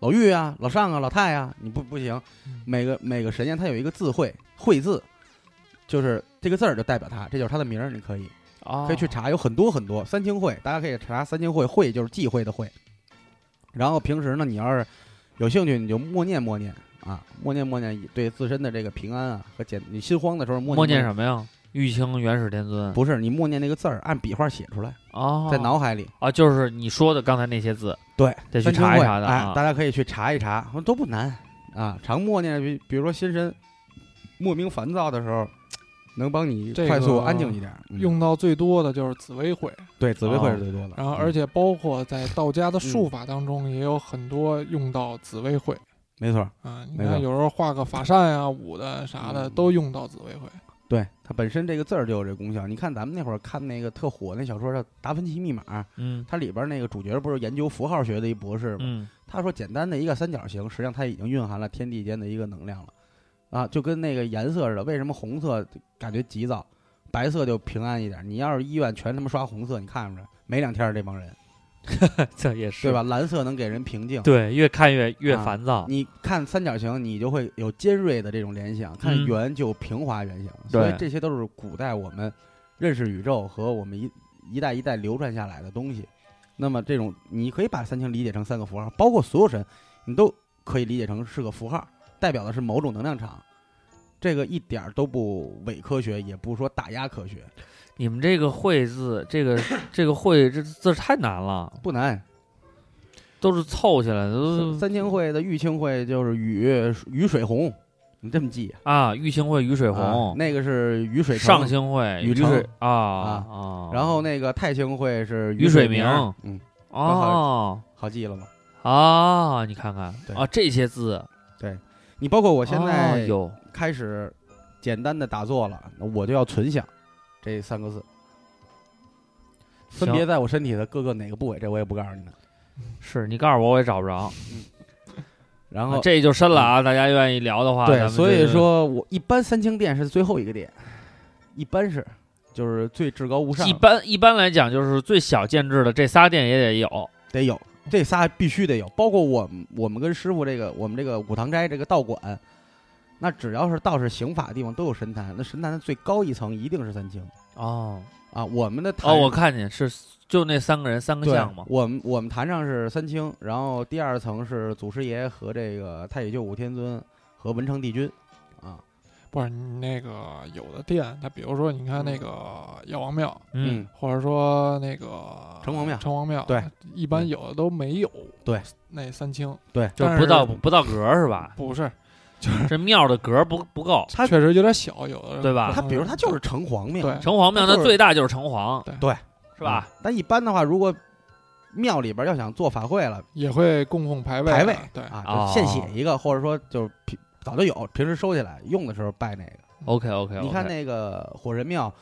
老玉啊、老上啊、老太啊，你不不行
嗯，
每个每个神仙他有一个字会会字，就是这个字儿就代表他，这就是他的名儿，你可以。
哦
可以去查，有很多很多三清会，大家可以查三清会，会就是忌讳的会。然后平时呢，你要是有兴趣，你就默念默念啊，默念默念对自身的这个平安啊和简，你心慌的时候默
默
念
念什么呀？玉清元始天尊
不是你默念那个字儿，按笔画写出来，
哦，
在脑海里。
啊，就是你说的刚才那些字，
对，
得去
三清
查
会
一查的
哎，
啊
大。家可以去查一查，都不难啊。常默念，比比如说心神莫名烦躁的时候，能帮你
这
快速
个
安静一点。嗯
用到最多的就是紫薇会，
对紫薇会
哦
是最多的，
然后
嗯
而且包括在道家
嗯
的术法当中也有很多用到紫薇会
没错，
啊。你
没错
看有时候画个法扇呀、舞的啥的
嗯
都用到紫薇会。
对，它本身这个字儿就有这功效。你看咱们那会儿看那个特火那小说叫《达芬奇密码》，
嗯
它里边那个主角不是研究符号学的一博士吗？
嗯，
他说简单的一个三角形，实际上它已经蕴含了天地间的一个能量了，啊，就跟那个颜色似的。为什么红色感觉急躁，白色就平安一点？你要是医院全他妈刷红色，你看不着，没两天儿这帮人，
这也是
对？吧？蓝色能给人平静。
对，越看越越
啊
烦躁。
你看三角形，你就会有尖锐的这种联想；看
嗯
圆就平滑圆形，
对
所以这些都是古代我们认识宇宙和我们一一代一代流传下来的东西。那么这种你可以把三清理解成三个符号，包括所有神，你都可以理解成是个符号，代表的是某种能量场。这个一点儿都不伪科学，也不说打压科学，
你们这个会字，这个这个会这字太难了，
不难。
都是凑起来的，都
三
是
三清会的玉清会就是雨雨水红，你这么记啊？
啊，玉清会、雨水
啊
红，
那个是雨水城
上清会、
禹
雨
城
水啊
啊
啊，
然后那个太清会是
雨水
明，
明
嗯，
哦
好记了吗？
啊，你看看
对
啊，这些字，
你包括我
我
现在
哦有
开始简单的打坐了，那我就要存想这三个字，分别在我身体的各个哪个部位，这我也不告诉你们。
是你告诉我，我也找不着。
然后、嗯
这就深了啊！大家愿意聊的话，咱
对，
们
所以
就
说我一般三清殿是最后一个殿，一般是就是最至高无上
一，般一般来讲，就是最小建制的这仨店也得有。
得有这仨必须得有，包括我们我们跟师傅这个我们这个五堂斋这个道馆，那只要是道士行法的地方都有神坛，那神坛的最高一层一定是三清
哦
啊。我们的坛
哦，我看见是就那三个人三个
对
像嘛。
我们我们坛上是三清，然后第二层是祖师爷和这个太乙救苦天尊和文成帝
嗯
君啊，
不是你那个有的店，它比如说你看那个药王庙，
嗯，
或者说那个
城隍庙
城隍庙，
对，
一般有的都没有，
对，
那三清
对，
就
但
不到
是
不到格儿是吧？
不是，
这庙的格儿不不够。
他
确实有点小，有的
对吧
他比如他就是城隍庙，
对
城隍庙
它
那
就是
最大就是城隍，
对
对，
是吧？
嗯？但一般的话，如果庙里边要想做法会了
也会供奉牌位的，
牌位
对，
啊，就
哦
现写一个，或者说就是平早就有，平时收起来用的时候拜那个。
OK OK，
你看那个火神庙，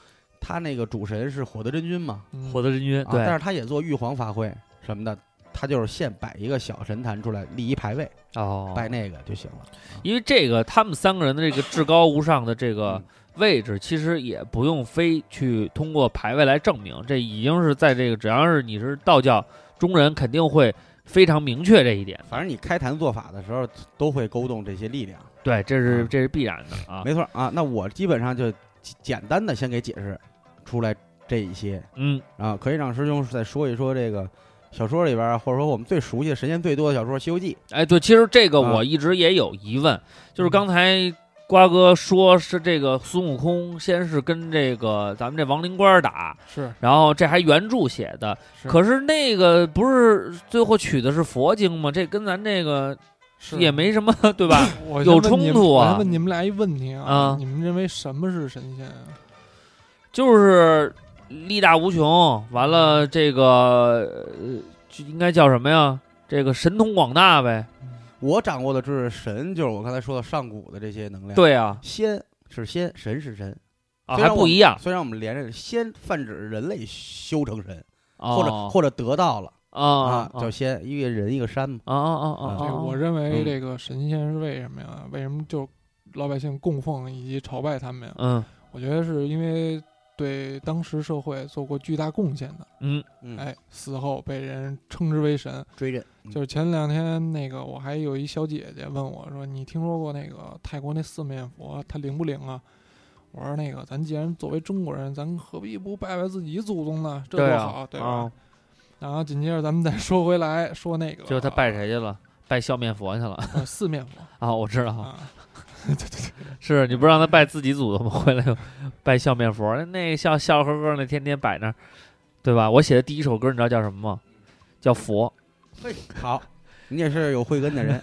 他那个主神是火德真君嘛，
嗯
火德真君，
啊，但
对
是他也做玉皇法会什么的，他就是现摆一个小神坛出来，立一牌位，
哦，
拜那个就行了。
因为这个他们三个人的这个至高无上的 这个位置，其实也不用非去通过排位来证明，这已经是在这个只要是你是道教中人，肯定会非常明确这一点。
反正你开坛做法的时候，都会勾动这些力量，
对，这是
啊
这是必然的啊。
没错啊。那我基本上就简简单的先给解释出来这一些，
嗯，
啊，可以让师兄再说一说这个小说里边儿，或者说我们最熟悉的、神仙最多的小说《西游记
哎，对，其实这个
啊
我一直也有疑问，就是刚才瓜哥说是这个孙悟空先是跟这个咱们这亡灵官打，
是
然后这还原著写的，
是
可是那个不是最后取的是佛经吗？这跟咱这个
是
也没什么， 对吧？
我
有
先问你
冲突啊
我先问你们俩一问题
啊
你们认为什么是神仙啊？
就是力大无穷，完了这个呃，就应该叫什么呀？这个神通广大呗。》，
我掌握的知识，神就是我刚才说的上古的这些能量。，
对啊，
仙是仙，神是神，
啊
虽
还
然我
不一样，
虽然我们连着仙泛指人类修成神，
哦
或者或者得到了
啊
啊
啊，
叫仙，一个人一个山嘛。
啊啊啊
啊
这个
啊！
我认为
嗯
这个神仙是为什么呀？为什么就老百姓供奉以及朝拜他们呀？
嗯
我觉得是因为对当时社会做过巨大贡献的，
嗯
嗯，
哎，死后被人称之为神。
追认
嗯
就是前两天那个，我还有一小姐姐问我说：“你听说过那个泰国那四面佛，它灵不灵啊？”我说：“那个，咱既然作为中国人，咱何必不拜拜自己祖宗呢？这
对
多好，
啊
对吧？”
啊，
然后紧接着咱们再说回来，说那个，
结果他拜谁去了？拜笑面佛去了
呃四面佛
啊！我知道，
啊，。
是你不让他拜自己祖宗吗？ 回来又拜笑面佛，那笑笑呵呵的，天天摆那儿，对吧？我写的第一首歌，你知道叫什么吗？叫佛。
嘿，好，你也是有慧根的 人，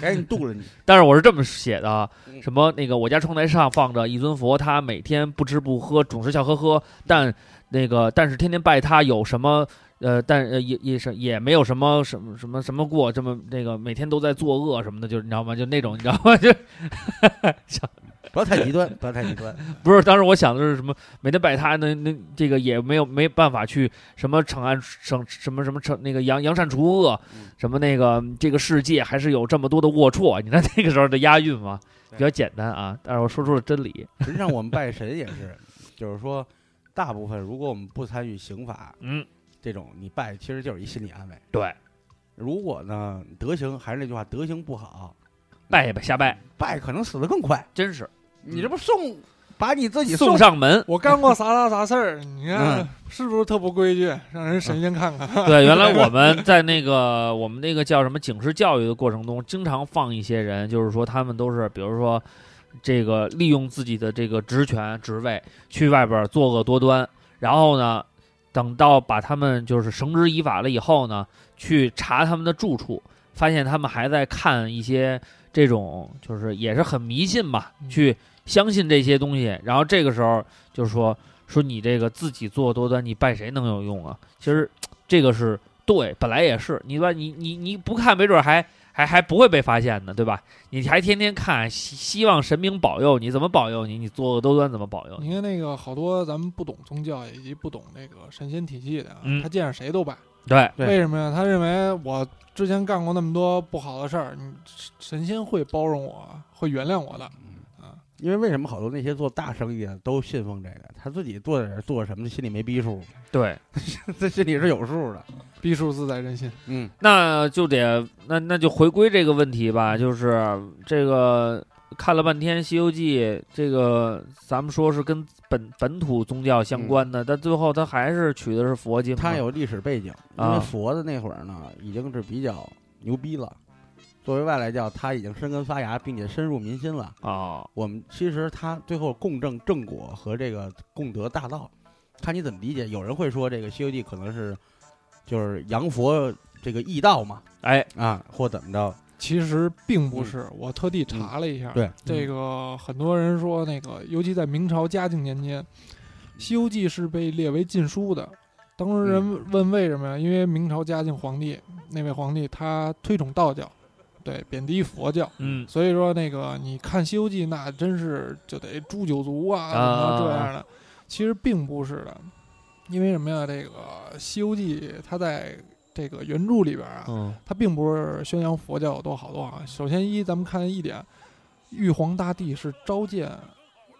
赶紧渡了你。
但是我是这么写的啊，
嗯
什么那个我家窗台上放着一尊佛，他每天不吃不喝，总是笑呵呵，但那个但是天天拜他有什么？呃，但呃也也是也没有什么什么什么什么过，这么那个每天都在作恶什么的，就是你知道吗？就那种你知道吗？ 就
不要太极端，不要太极端。
不是，当时我想的是什么？每天拜他，那那这个也没有没办法去什么惩案惩什么什么惩那个扬扬善除恶
嗯，
什么那个这个世界还是有这么多的龌龊。你看那个时候的押韵嘛，
对
比较简单啊，但是我说出了真理。
实际上，我们拜神也是，就是说，大部分如果我们不参与刑法
嗯，
这种，你拜其实就是一心理安慰。
对，
如果呢德行还是那句话，德行不好，
拜吧，瞎拜，
拜可能死得更快。
真是
你这不送把你自己
送上门
我干过啥啥啥事儿，你看
嗯
是不是特不规矩？让
嗯
人神仙看看。
对，原来我们在那个我们那个叫什么警示教育的过程中，经常放一些人，就是说他们都是，比如说这个利用自己的这个职权职位去外边作恶多端，然后呢，等到把他们就是绳之以法了以后呢，去查他们的住处，发现他们还在看一些这种，就是也是很迷信吧，
嗯
去相信这些东西。然后这个时候就说说你这个自己作恶多端，你拜谁能有用啊？其实这个是对，本来也是，你吧，你你你不看，没准还还还不会被发现呢，对吧？你还天天看，希希望神明保佑你，怎么保佑你？你作恶多端怎么保佑你？
你看那个好多咱们不懂宗教以及不懂那个神仙体系的啊，
嗯
他见着谁都拜，
对，
对
为什么呀？他认为我之前干过那么多不好的事儿，你神仙会包容我，会原谅我的。
因为为什么好多那些做大生意的都信奉这个？他自己做点做什么，心里没逼 数，
对，
他心里是有数的。
逼数自在人心，
嗯，
那就得那那就回归这个问题吧，就是这个看了半天《西游记》，这个咱们说是跟本本土宗教相关的，但最后他还是取的是佛经嘛。
他有历史背景，因
啊
为佛的那会儿呢，已经是比较牛逼了。作为外来教，他已经生根发芽，并且深入民心了。
哦，
我们其实他最后共证正果和这个共得大道，看你怎么理解。有人会说这个《西游记》可能是就是洋佛这个义道嘛，
哎，
啊，或怎么着，
其实并不是。我特地查了一下，
嗯对，
这个很多人说那个，尤其在明朝嘉靖年间，《西游记》是被列为禁书的。当时
嗯
人问为什么呀？因为明朝嘉靖皇帝那位皇帝他推崇道教，对，贬低佛教。
嗯，
所以说那个你看《西游记》，那真是就得诛九族啊，怎
啊
么这样的，其实并不是的，因为什么呀？这个《西游记》它在这个原著里边啊，
嗯，
它并不是宣扬佛教有多好多好。首先一，咱们看一点，玉皇大帝是召见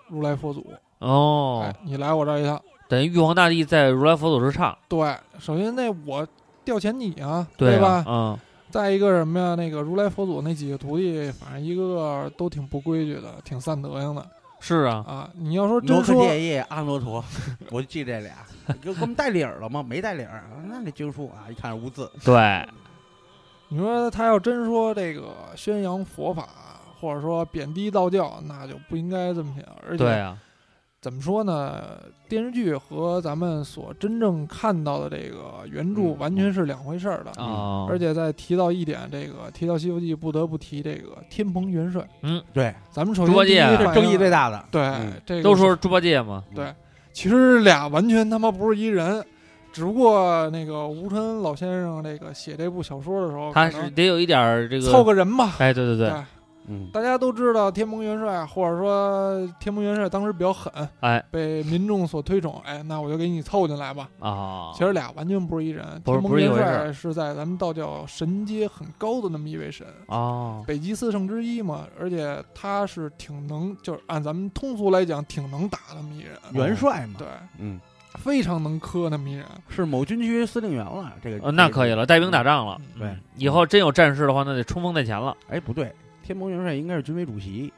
如来佛祖，
哦
哎，，你来我这儿一趟。
等于玉皇大帝在如来佛祖之上，
对，首先那我调遣你啊，
对
吧
啊？嗯，
再一个什么呀？那个如来佛祖那几个徒弟，反正一个个都挺不规矩的，挺散德行的。
是啊，
啊，你要说
罗
真
克
说，
夜夜阿罗陀，我就记这俩，给给我们带理儿了吗？没带理儿，啊那那经书啊，一看是无字，
对，
你说他要真说这个宣扬佛法，或者说贬低道教，那就不应该这么想。而
对
且
啊，
怎么说呢，电视剧和咱们所真正看到的这个原著
嗯
完全是两回事儿的。
哦，
而且再提到一点，这个提到《西游记》，不得不提这个天蓬元帅。
嗯
对，
咱们首
猪八
先第一
戒啊
反
这
应
争议最大的。
对、
嗯
这个
都说是猪八戒嘛，
其实俩完全他妈不是一人，只不过那个吴承恩老先生这个写这部小说的时候，
他
可
是
能
得有一点儿这
凑
个，
个人吧。
哎，对对对，
对
嗯，
大家都知道天蓬元帅，或者说天蓬元帅当时比较狠，
哎，
被民众所推崇，哎，那我就给你凑进来吧。
啊，
其实俩完全不是一人，
不是
天
不
蓬
是一
元
回事儿
帅是在咱们道教神阶很高的那么一位神，
哦，
北极四圣之一嘛，而且他是挺能，就是按咱们通俗来讲，挺能打那么一人，
元帅嘛，
对，
嗯，
非常能磕那么一人。
是某军区司令员了，这个
呃，那可以。了，带兵打仗了。
嗯
对，
以后真有战事的话，那得冲锋在前了，
哎，不对，天蓬元帅应该是军委主席，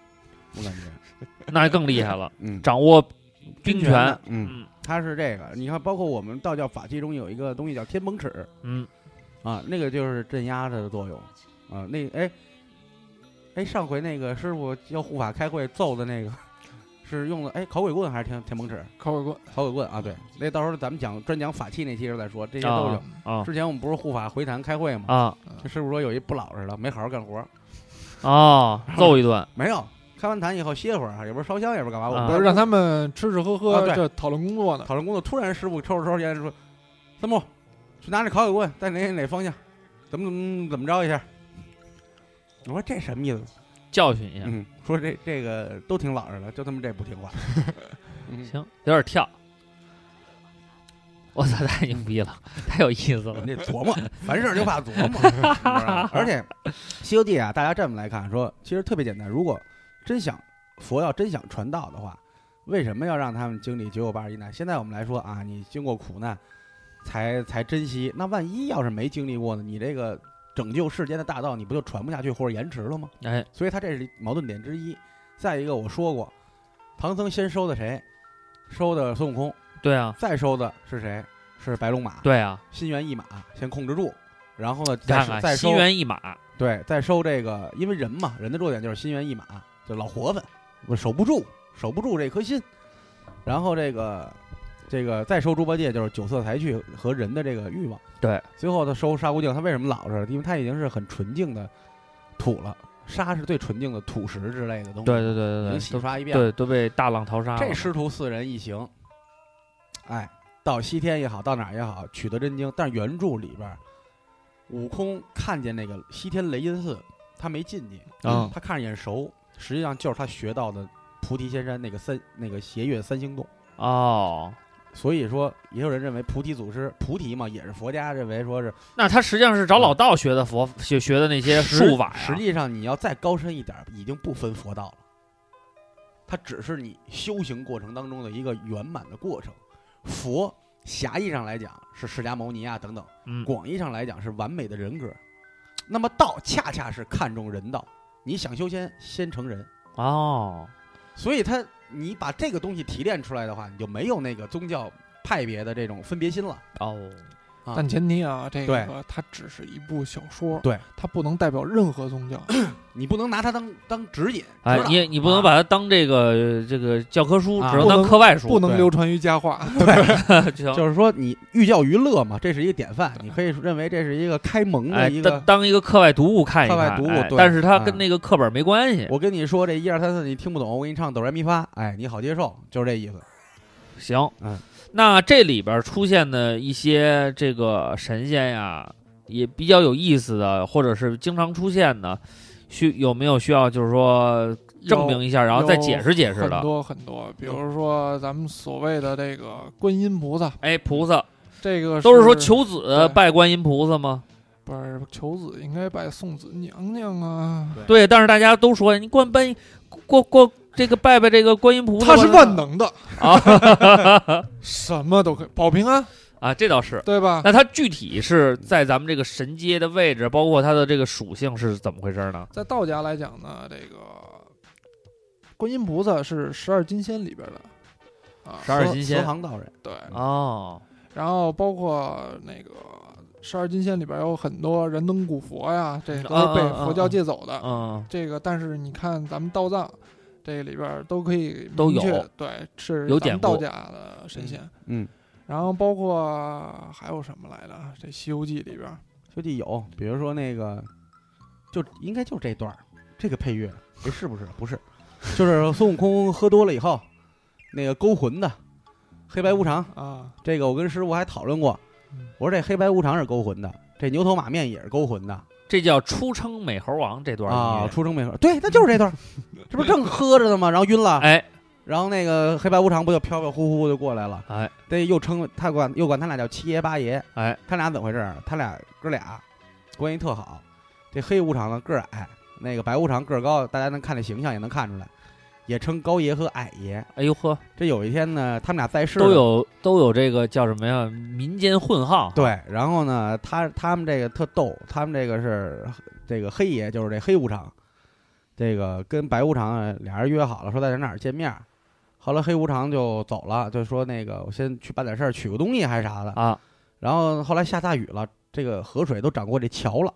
我 感觉，
那更厉害了，
嗯，
掌握兵
权
权
的。，嗯，
嗯
他是这个。你看，包括我们道教法器中有一个东西叫天蓬尺
嗯，
啊，那个就是镇压它的作用啊。那哎哎，上回那个师傅要护法开会揍的那个， 是用了哎烤鬼棍还是天天蓬尺？
烤鬼棍，
烤鬼棍啊，
嗯
对，那到时候咱们讲专讲法器那期时候再说，这些都有。
啊
之前我们不是护法回坛开会
嗯
吗？
啊
这师傅说有一不老实的没好好干活，
哦，揍一顿，
没有开完坛以后歇会儿，也不是烧香，也不是干嘛，我
啊
们
不是让他们吃吃喝
啊
喝，
对
这讨论工作呢。
讨论工作，突然师傅抽着抽着烟说：“三木，去拿着烤铁棍，在哪哪方向，怎么怎么怎么着一下。”我说这什么意思？
教训一下，
嗯，说这这个都挺老实的，就他妈这不听 话。 嗯，
行，有点跳。我操，太牛逼了，太有意思了
你得琢磨，凡事就怕琢磨。是不是而且《西游记》啊，大家这么来看说，其实特别简单。如果真想佛要真想传道的话，为什么要让他们经历九九八十一难？现在我们来说啊，你经过苦难才才珍惜，那万一要是没经历过呢？你这个拯救世间的大道，你不就传不下去或者延迟了吗？
哎，
所以他这是矛盾点之一。再一个，我说过，唐僧先收的谁？收的孙悟空，
对啊，
再收的是谁？是白龙马。
对啊，
心猿意马先控制住，然后呢，
你
再
看
收
看
再收
心猿意马，
对，再收这个，因为人嘛，人的弱点就是心猿意马，就老活泛，我守不住，守不住这颗心。然后这个这个再收猪八戒就是酒色财气和人的这个欲望。
对，
最后他收沙悟净，他为什么老实？因为他已经是很纯净的土了，沙是最纯净的土石之类的东西，
对
已
对对对
经
对，
洗
都
刷一遍了。
对都被大浪淘沙了。
这师徒四人一行，哎，到西天也好，到哪儿也好，取得真经。但是原著里边儿，悟空看见那个西天雷音寺，他没进去，
啊
他看着眼熟，实际上就是他学到的菩提仙山那个三那个斜月三星洞。
哦，
所以说，也有人认为菩提祖师菩提嘛，也是佛家认为说是
那他实际上是找老道学的佛学学的那些术法呀
实际上，你要再高深一点儿，已经不分佛道了。它只是你修行过程当中的一个圆满的过程。佛狭义上来讲是释迦牟尼啊等等，
嗯
广义上来讲是完美的人格。那么道恰恰是看重人道，你想修仙先成人，
哦，
所以他你把这个东西提炼出来的话，你就没有那个宗教派别的这种分别心了。
哦，
啊
但前提啊，这
对
个它只是一部小说，
对，
它不能代表任何宗教。
你不能拿它当当指引。
哎
指，导
你也你不能
啊
把它当这个这个教科书，
啊
只能当课外书，
不能
对
流传于佳话。
就行
就是说你寓教于乐嘛，这是一个典范，你可以认为这是一个开蒙的
哎
一，个
当。当一个课外读物看一看，
课外读物
哎
对
但是它
嗯
跟那个课本没关系。
我跟你说这一二三四你听不懂，我给你唱哆来咪发，哎，你好接受，就是这意思。
行，
嗯，
那这里边出现的一些这个神仙呀，也比较有意思的，或者是经常出现的，需有没有需要就是说 证明一下，然后再解释解释
很
的？
多很多，比如说咱们所谓的这个观音菩萨，
哎，菩萨
这个
都
是
是说求子
对
拜观音菩萨吗？
不是求子应该拜送子娘娘啊，
对，但是大家都说哎你观观过过这个拜拜这个观音菩萨
她
吧，
是万能 的，
啊
什么都可以保平安，
啊，这倒是。
对吧？
那它具体是在咱们这个神阶的位置，包括它的这个属性是怎么回事呢？
在道家来讲呢，这个观音菩萨是十二金仙里边的啊，
十二金
慈
仙
航道人，
对，
哦，
然后包括那个十二金仙里边有很多人灯古佛呀，这都是被佛教借走的。
嗯，
这个，但是你看咱们道藏，这里边都可以
都
明确
有，
对，是
有
咱们
典故
道家的神仙。
嗯，
然后包括还有什么来着？这《西游记》里边，
兄弟有，比如说那个，就应该就这段儿这个配乐，哎，是不是？不是，就是孙悟空喝多了以后，那个勾魂的，黑白无常，
啊，
这个我跟师傅还讨论过
嗯，
我说这黑白无常是勾魂的，这牛头马面也是勾魂的
这叫出称美猴王这段音乐
啊，出生没合，对，那就是这段儿，这不是正喝着呢吗？然后晕了，
哎
然后那个黑白无常不就飘飘忽忽就过来了，
哎
这又称他管又管他俩叫七爷八爷，
哎，
他俩怎么回事儿？啊他俩哥俩关系特好，这黑无常呢个儿矮，那个白无常个儿高，大家能看这形象也能看出来，也称高爷和矮爷。
哎呦呵，
这有一天呢，他们俩在世
都
了
有都有这个叫什么呀？民间混号，
对，然后呢，他他们这个特逗，他们这个是这个黑爷，就是这黑无常，这个跟白无常啊俩人约好了，说在哪儿哪儿见面儿。后来黑无常就走了，就说那个我先去办点事儿，取个东西还是啥的。
啊，
然后后来下大雨了，这个河水都涨过这桥了，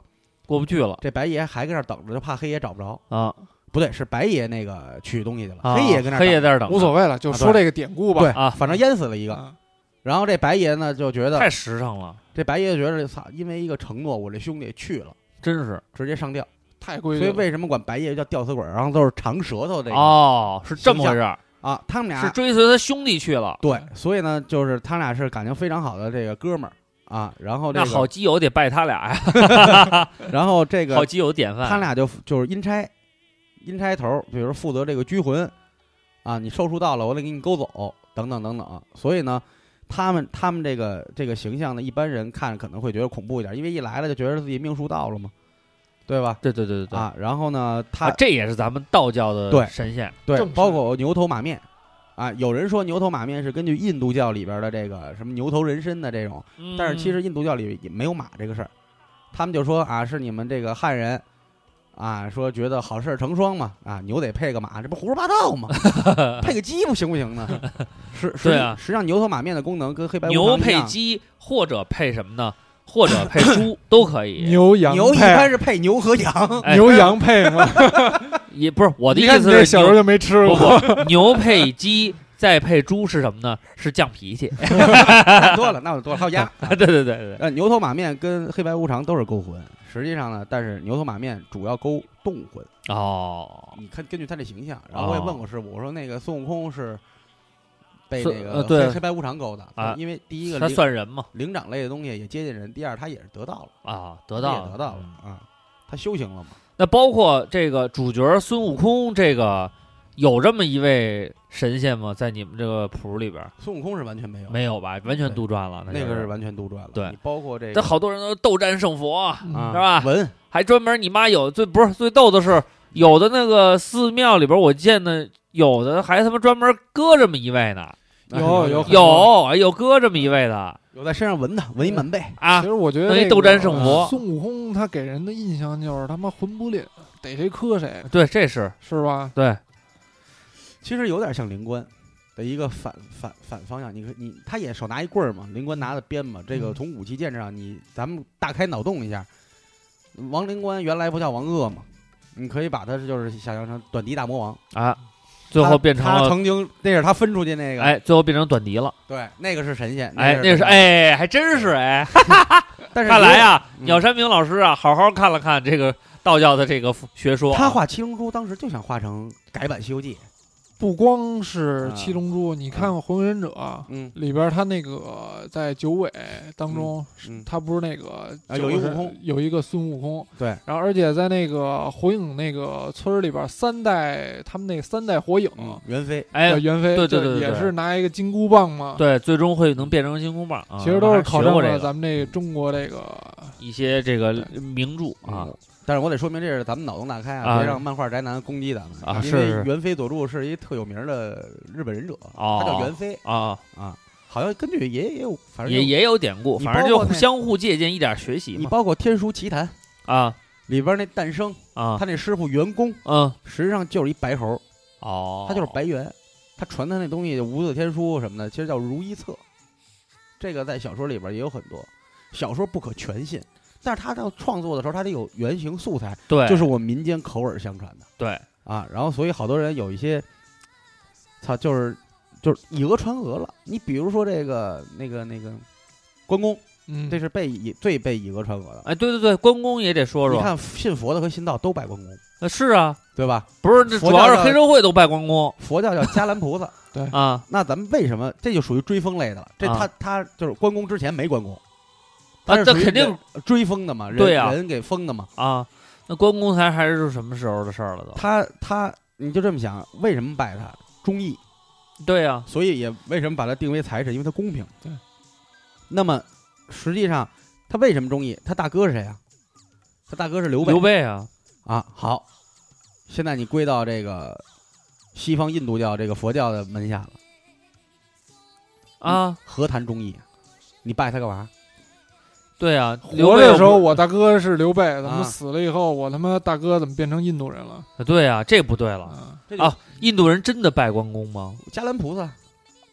过不去了
这白爷还跟那儿等着，就怕黑爷找不着。
啊
不对，是白爷那个取东西去了，
啊！
黑爷跟那儿
黑
等
夜在这儿等着，
无所谓了，就
啊
说
对
这个典故吧。
对
啊
反正淹死了一个。
啊，
然后这白爷呢就觉得，
太实诚了，
这白爷觉得操，因为一个承诺，我这兄弟去了，
真是
直接上吊。
太规
所
矩
以
了。
为什么管白夜叫吊死鬼儿，然后都是长舌头这个、
哦，是这么回事儿，
啊？他们俩
是追随他兄弟去了。
对，所以呢，就是他俩是感情非常好的这个哥们儿啊。然后这
那
个，
好基友得拜他俩呀，
然后这
好
个
基友典范。
他俩就就是阴差，阴差头儿，比如负责这个拘魂啊，你寿数到了，我得给你勾走，等等等等。所以呢。他们他们这个这个形象呢，一般人看可能会觉得恐怖一点，因为一来了就觉得自己命数到了嘛，对吧？
对对对对对
啊，然后呢，他、
啊，这也是咱们道教
对
的神仙
对
正，是
包括牛头马面啊。有人说牛头马面是根据印度教里边的这个什么牛头人身的这种，
嗯
但是其实印度教里也没有马这个事儿，他们就说啊，是你们这个汉人啊，说觉得好事成双嘛，啊，牛得配个马，这不胡说八道 吗？配个鸡不行不行呢？是，实
对啊
实际上牛头马面的功能跟黑白无
牛
常一
配
样，
鸡或者配什么呢？或者配 猪都可以。
牛羊
牛一般
配，
是配牛和 羊，
哎
牛羊配嘛。
也不是我的
你
意
看你这
思是
小时候
牛
就没吃
不
过，
不 牛配鸡再配猪是什么呢？是犟脾 气。
那哎多了，那我多了，还有鸭。
对对对对对，
呃，牛头马面跟黑白无常都是勾魂，实际上呢，但是牛头马面主要勾动魂。
哦，
你看根据他这形象，然后我也问过师傅，我说那个孙悟空是被
是
这个
呃对
黑黑白无常勾搭
啊
因为第一个
他
灵
算人嘛？
灵长类的东西也接近人，第二他也是得道了，
啊，得
他
到
也
了
得道了
嗯
啊，他修行了嘛？
那包括这个主角孙悟空，这个有这么一位神仙吗？在你们这个谱里边儿
孙悟空是完全没有，
没有吧？完全杜撰了，
那
就
个是。完全杜撰了。
对
你包括这
这
个
好多人都斗战胜佛啊，
嗯
啊
是吧
文
还专门你妈有最不是最逗的是，有的那个寺庙里边我见的有的还他妈专门搁这么一位呢，
有有很多
有哎有搁这么一位的
啊有在身上纹的，纹一满背，
啊
其，实我觉得
等于
这个
斗战胜佛
孙悟空他给人的印象就是他妈魂不吝，逮谁磕谁，
对，这是
是吧？
对，
其实有点像灵官的一个反反反方向。你看你他也手拿一棍儿嘛，灵官拿的鞭嘛。这个
嗯
从武器剑上，你咱们大开脑洞一下，王灵官原来不叫王恶嘛？你可以把他就是想象成短笛大魔王，
啊，最后
他
变成
他
了
曾经那是他分出去那个，
哎，最后变成短笛了，
对，那个是神仙，
哎，那
那
个是，哎，还真是哎，
但是
看来
有
啊，
嗯
鸟山明老师啊，好好看了看这个道教的这个学说啊，
他画七龙珠当时就想画成改版《西游记》，
不光是
啊
七龙珠，你看《火影忍者》
嗯
里边他那个在九尾当中，
嗯，
他不是那个
啊有
九
一
个
悟空，
有一个孙悟空，
对。
然后而且在那个火影那个村儿里边，三代他们那三代火影
嗯，袁飞
哎
叫，猿飞，
对对对
就
对对
也是拿一个金箍棒嘛。
对，最终会能变成金箍棒啊，
其实都
我还
是考
学
证
过这
了
个
咱们这中国这个
一些这个名著啊，
嗯但是我得说明，这是咱们脑洞大开
啊
啊，别让漫画宅男攻击咱们
啊
因
是
为
是
猿飞佐助是一特有名的日本忍者，
哦
他叫猿飞
啊。
啊，好像根据也也有，反正
也
有
也有典故，
你
反正
包
就
括那
相互借鉴一点学习
你
嘛。
包括《天书奇谭》
啊
里边那诞生，
啊
他那师傅袁公
嗯
实际上就是一白猴，
哦，
他就是白猿，他传他那东西《无字天书》什么的，其实叫如一册，这个在小说里边也有很多，小说不可全信。但是他到创作的时候，他得有原型素材，
哦对，
就是我们民间口耳相传的。
对
啊，然后所以好多人有一些，操，就是就是以讹传讹了。你比如说这个那个那个关公，
嗯，
这是被以最被以讹传讹的。
哎，对对对，关公也得说
你
说，
看信佛的和信道都拜关公，
呃是啊，
对 吧？
不是，这
佛
主要
教
是
的
黑社会都拜关公
佛教叫伽蓝菩萨，
啊
那咱们为什么这就属于追风类的了？这他、
啊
他就是关公之前没关公，
啊
他，是
这
属于
肯定
人追风的嘛，人
对呀
人给封的嘛。
啊。那关公才还是什么时候的事儿了都？
他他你就这么想，为什么拜他？忠义，
对啊呀，
所以也为什么把它定为财神，因为它公平。
对。
那么实际上，他为什么中意？他大哥是谁啊？他大哥是刘备。
刘备啊，
啊，好，现在你归到这个西方印度教这个佛教的门下了，
啊，
何谈忠义？你拜他干嘛？
对呀，刘
活
备
着的
又
时
不
候，我大哥是刘备，怎
啊
么死了以后，我他妈大哥怎么变成印度人了？
啊对呀，这不对了。
啊，
这
就印度人真的拜关公吗？
伽蓝菩萨，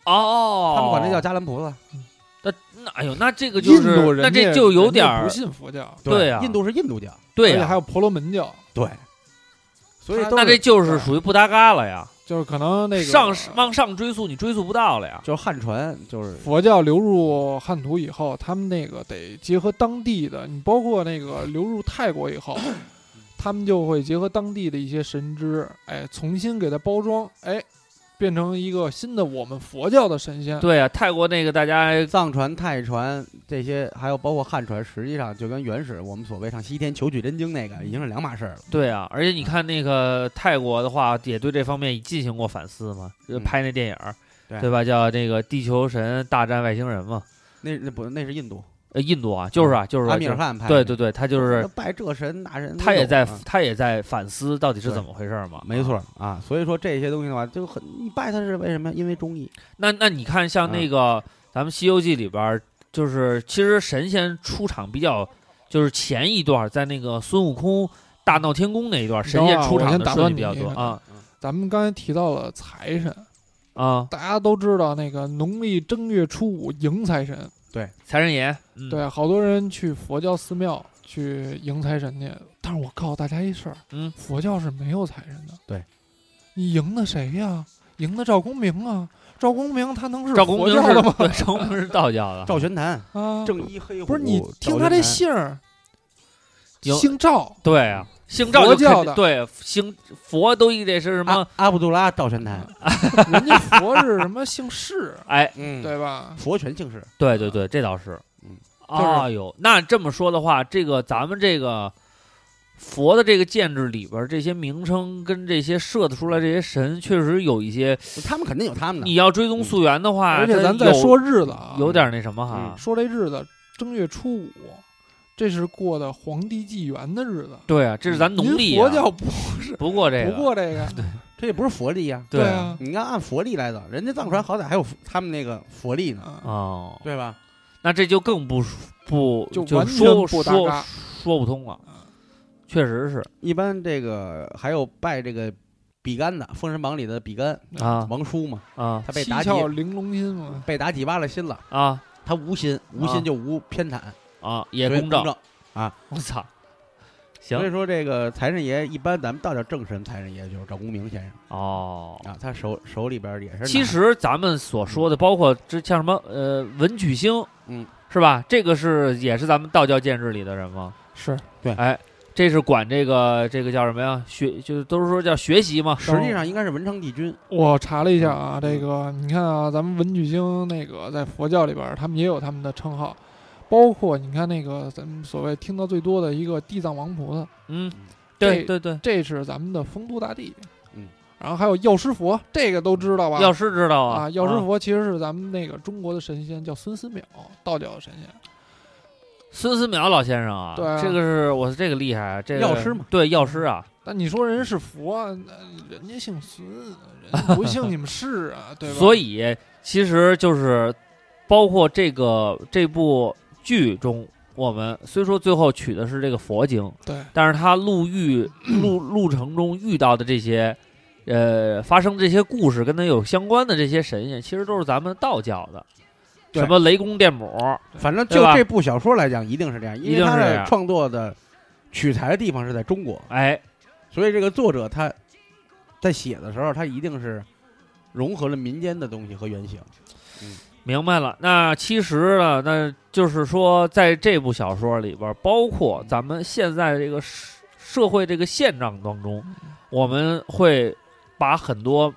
哦，
他们管这叫伽蓝菩萨。
那，哎呦，那这个就
印
是
度，人
那这
家
就有
人家
点儿
不信佛教，
对呀
印度是印度教，
对啊
而且还
呀，
有婆罗门教，
对，所以
他
都
那
是啊
这就是
对
属于不搭嘎了呀。
就是可能那个
上往上追溯，你追溯不到了呀。
就是汉传，就是
佛教流入汉途以后，他们那个得结合当地的，你包括那个流入泰国以 后，他们就会结合当地的一些神只，哎，重新给它包装，哎，变成一个新的我们佛教的神
嗯
仙。
对呀、啊泰国那个大家
藏传、泰传这些，还有包括汉传，实际上就跟原始我们所谓上西天求取真经那个已经是两码事儿了。
对啊，而且
嗯
你看那个泰国的话，也对这方面进行过反思嘛，就
嗯
拍那电影儿，
对
对吧？叫这个《地球神大战外星人》嘛，
那那不那是印度，
呃，印度啊，就是啊，就是
嗯阿
啊
米尔汗
就
派
是对
的
对对，他就是
拜这神那神，
他也在
啊
他也在反思到底是
对
怎么回事儿嘛，
没
啊。
错儿啊。所以说这些东西的话，就很你拜他是为什么？因为忠义。
那那你看，像
嗯
那个、咱们《西游记》里边儿，就是其实神仙出场比较，就是前一段儿在那个孙悟空大闹天宫那一段儿，神
等会
仙
儿啊
出
我
场
先
的
打
顺
断
序
你
比较
那
多
个
啊
咱们刚才提到了财神，
啊，
大家都知道那个农历正月初五迎财神，
财神爷，嗯，
对，啊好多人去佛教寺庙去迎财神去，但是我告诉大家一事儿，
嗯
佛教是没有财神的。
对，
你迎的谁呀？迎的赵公明啊！赵公明他能是
赵公
佛
明
教
是
的吗？
对赵公明是道教的，
赵玄坛
嗯
啊，
正一黑虎，
不是你
赵
听他这
玄坛
姓儿，
有
姓赵，
对啊，姓赵
佛
就肯
教的啊
对姓佛都一得是什么？
阿阿卜杜拉赵玄坛，
人家佛是什么姓氏，
哎，
嗯，
对吧？
佛权姓氏，
对对对，这倒是。
嗯
就是
哎呦，那这么说的话，这个咱们这个佛的这个建制里边儿，这些名称跟这些设的出来这些神，确实有一些。
他们肯定有他们
你
的，
要追踪溯源的话，
而且
它
咱
啊有
再说日子啊，
有点那什么哈
嗯。
说这日子，正月初五，这是过的皇帝纪元的日子。
对啊，这是咱农
嗯
历
您佛
啊
教不
不过这个
不过这个，
这也不是佛历呀。
对啊
啊，
你要按佛历来的，人家藏传好歹还有佛他们那个佛历呢，
啊
哦，
对吧？
那这就更不不
就
就
完全
说
不搭
说
嘎嗯
说不通了，确实是
一般这个还有拜这个比干的，《封神榜》里的比干
啊
王叔嘛，
啊
他被
七
妲己
窍玲珑心嘛，
被妲己挖了心了，
啊
他无心，无
啊
心就无偏袒，
啊也
所以
公
公
正，
正。
我操，
所以
行
说这个财神爷一般咱们道教正神财神爷就是赵公明先生
哦。
啊，他手手里边也是拿。
其实咱们所说的，包括这像什么呃文曲星，
嗯，
是吧？这个是也是咱们道教建制里的人吗？哎
是
这是管这个这个叫什么呀？学就是都是说叫学习嘛，
实际上应该是文昌帝君，
我查了一下啊，这个你看啊，咱们文曲星那个在佛教里边儿，他们也有他们的称号，包括你看那个咱们所谓听到最多的一个地藏王菩萨，
嗯，对
这
对对，
这是咱们的丰都大帝。
嗯，
然后还有药师佛，这个都知道吧？
药师知道
啊，药
药
师佛其实是咱们那个中国的神仙，叫孙思邈，道教的神仙。
孙思邈老先生啊，
对啊
这个是我这个厉害啊，这个
药师嘛，
对药师啊，
但你说人是佛，啊那人家姓孙，人家不姓你 们是啊，对吧？
所
以
以其实就是包括这个这部剧中，我们虽说最后取的是这个佛经，
对，
但是他 路遇路路程中遇到的这些。呃，发生这些故事跟他有相关的这些神仙，其实都是咱们道教的，
对
什么雷公电母，
反正
对
就
吧
这部小说来讲，一定是这样，因
一
为
定是
他
这
的
样
创作的取材的地方是在中国，
哎，
所以这个作者他在写的时候，他一定是融合了民间的东西和原型。
明白了，那其实呢，那就是说，在这部小说里边，包括咱们现在这个社社会这个现状当中，我们会把很多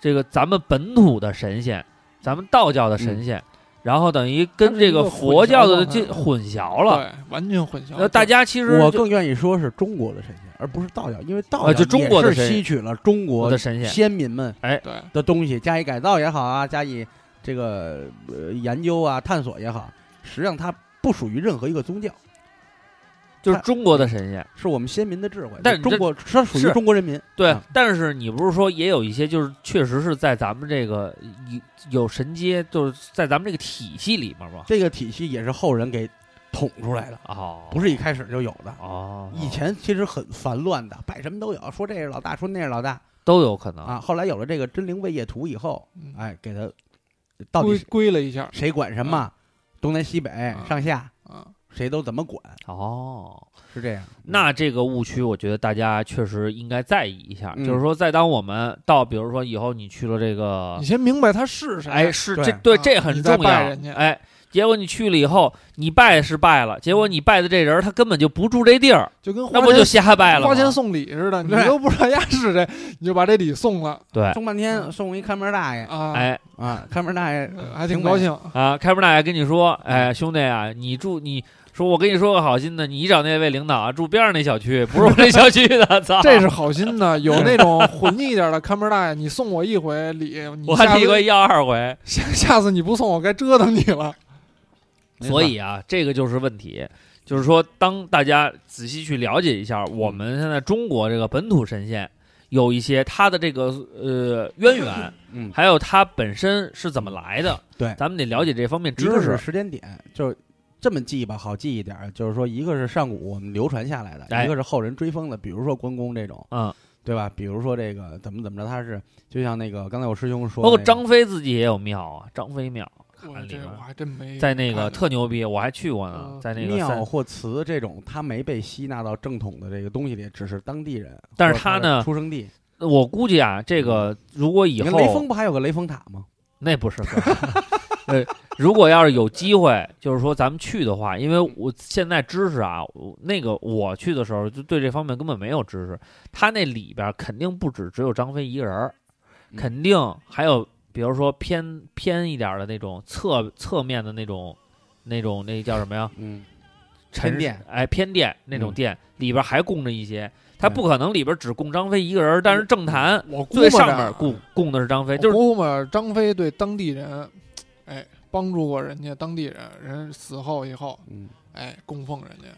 这个咱们本土的神仙，咱们道教的神仙，然后等于跟这个佛教的
它是一
这
个
混淆了。
对，完全混淆。
那大家其实
我
就
更愿意说是中国的神仙，而不是道教，因为道
呃
教
就中国的
也是
神
吸取了中
我
国
的神仙，
先民们
对
的东西加以改造也好啊，加以这个呃研究啊、探索也好，实际上它不属于任何一个宗教，
就是中国的神仙。
是我们先民的智慧。
但是
中
这
国它属
是
于中国人民，
对
嗯，
但是你不是说也有一些，就是确实是在咱们这个有有神阶，就是在咱们这个体系里面嘛。
这个体系也是后人给捅出来的，
哦，
不是一开始就有的。
哦，
以前其实很烦乱的，拜什么都有，说这是老大，说那是老大
都有可能
啊。后来有了这个真灵位业图以后，
嗯
哎，给他到底
归
是
归了一下
谁管什
嗯
么，东南西北上下
啊，
谁都怎么管，
哦。
嗯
是这样。
那这个误区，我觉得大家确实应该在意一下，
嗯
就是说，在当我们到，比如说以后你去了这个
啊你，先明白他是谁。
哎，是
对
这对
啊
这很
你
重
再
要
拜人家，
哎，结果你去了以后，你拜是拜了，结果你拜的这人他根本就不住这地儿，
就跟花
那不就
钱
瞎拜了
嗯花钱
吗？
送礼似的，你
对
都不知道人家是谁，你就把这礼送了
对，
送半天送一看门大爷
啊，
哎
啊，看门大爷
呃，还挺高兴。
啊，开门大爷跟你说，哎，兄弟啊，你住你。说，我跟你说个好心的，你找那位领导啊，住边上那小区，不是我这小 区的，操！
这是好心的，有那种混一点的看门大爷，你送我一回礼，你
我
下
提过
次
要二回，
下下次你不送我该折腾你了。
没
所
错
以啊，这个就是问题，就是说，当大家仔细去了解一下我们现在中国这个本土神仙有一些它的这个呃渊源，
嗯，
还有它本身是怎么来的，
对
咱们得了解这方面
一个
知识
是。时间点，就是这么记吧，好记一点儿。就是说，一个是上古我们流传下来的，
哎
一个是后人追封的，比如说关公这种，
嗯，
对吧？比如说这个怎么怎么着，他是就像那个刚才我师兄说
包
的那
括
个，
张飞自己也有庙啊，张飞庙
我
看里
这
边
我还真
嗯
没
在那
看
个特牛逼，我还去过呢，
嗯
在那个
庙
三，
或祠这种，他没被吸纳到正统的这个东西里，只是当地人。
但是
或者
他
他
呢
的出生地，
我
嗯
估计啊，这个如果以
你看
后
雷锋不还有个雷锋塔吗？
那不是，哥呃，如果要是有机会，就是说咱们去的话，因为我现在知识啊，我那个我去的时候就对这方面根本没有知识。他那里边肯定不止只有张飞一个人儿，
嗯
肯定还有比如说偏偏一点儿的那种侧侧面的那种那种那叫什么呀？
嗯，
陈
偏店，
哎，偏店那种
嗯
店、里边还供着一些，他
对
不可能里边只供张飞一个人儿，但是政坛
我估摸
最
着
上
啊
面供供的是张飞，
我
就是
估摸着张飞对当地人，哎，帮助过人家当地人，人死后以后，
嗯，
哎，供奉人家。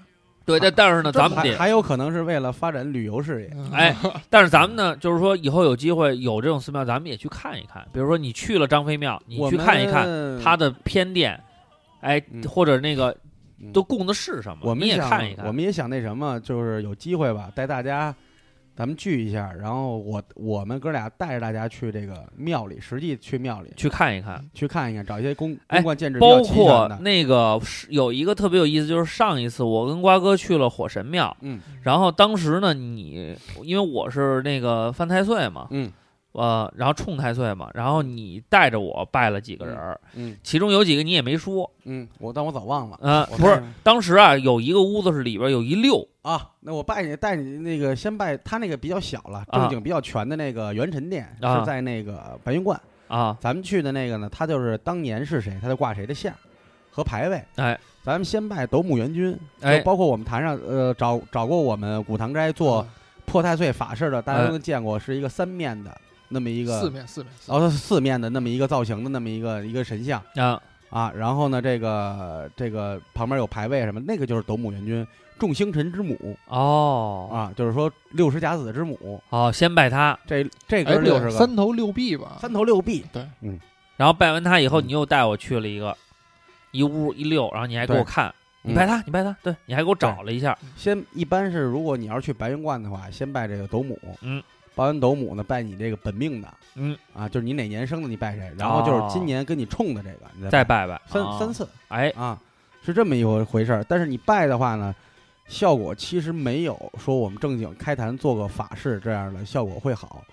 对，但但是呢，
这
咱们
还
得，
还有可能是为了发展旅游事业，
嗯
哎，但是咱们呢，就是说以后有机会有这种寺庙，咱们也去看一看。比如说你去了张飞庙，你
我
去看一看
们
他的偏殿，哎，
嗯
或者那个
嗯
都供的是什么，
我们
你也
想
看一看。
我们也想那什么，就是有机会吧，带大家，咱们聚一下，然后我我们哥俩带着大家去这个庙里，实际去庙里
去看一看，
去看一看，找一些公
哎
公馆建制比较
包
齐全
括
的，
那个是有一个特别有意思，就是上一次我跟瓜哥去了火神庙，
嗯
然后当时呢，你因为我是那个犯太岁嘛，
嗯
呃，然后冲太岁嘛，然后你带着我拜了几个人儿，
嗯
其中有几个你也没说，
嗯，我但我早忘了，
呃，
我
不是
看，看
当时啊，有一个屋子是里边有一溜，
啊，那我拜你带你那个先拜他那个比较小了，
啊
正经比较全的那个元辰殿
啊
是在那个白云观，
啊，
咱们去的那个呢，他就是当年是谁，他就挂谁的像和牌位，
哎，
咱们先拜斗姆元君，
哎
就包括我们坛上，呃，找找过我们古堂斋
嗯
做破太岁法事的，大家都见过，是一个三面的那么一个，
四面四面，四面
哦
然后四面的那么一个造型的那么一个一个神像
啊，
啊。然后呢，这个这个旁边有牌位什么，那个就是斗姆元君，众星辰之母
哦，
啊，就是说六十甲子之母，
好，先拜他，
这这
哎，
哥
不对
六十个、
三头六臂吧，
三头六臂，
然后拜完他以后，
嗯
你又带我去了一个一屋一溜，然后你还给我
对
看，你
嗯
拜他，你拜他，对你还给我找了一下，
先一般是，如果你要是去白云观的话，先拜这个斗母，
嗯，
拜完斗母呢，拜你这个本命的，
嗯，哦
啊，就是你哪年生的你拜谁，然后就是今年跟你冲的这个，你
再
拜
拜拜，
三、
啊
三，次
哎，
啊，是这么一回回事儿。但是你拜的话呢，效果其实没有说我们正经开坛做个法事这样的效果会好，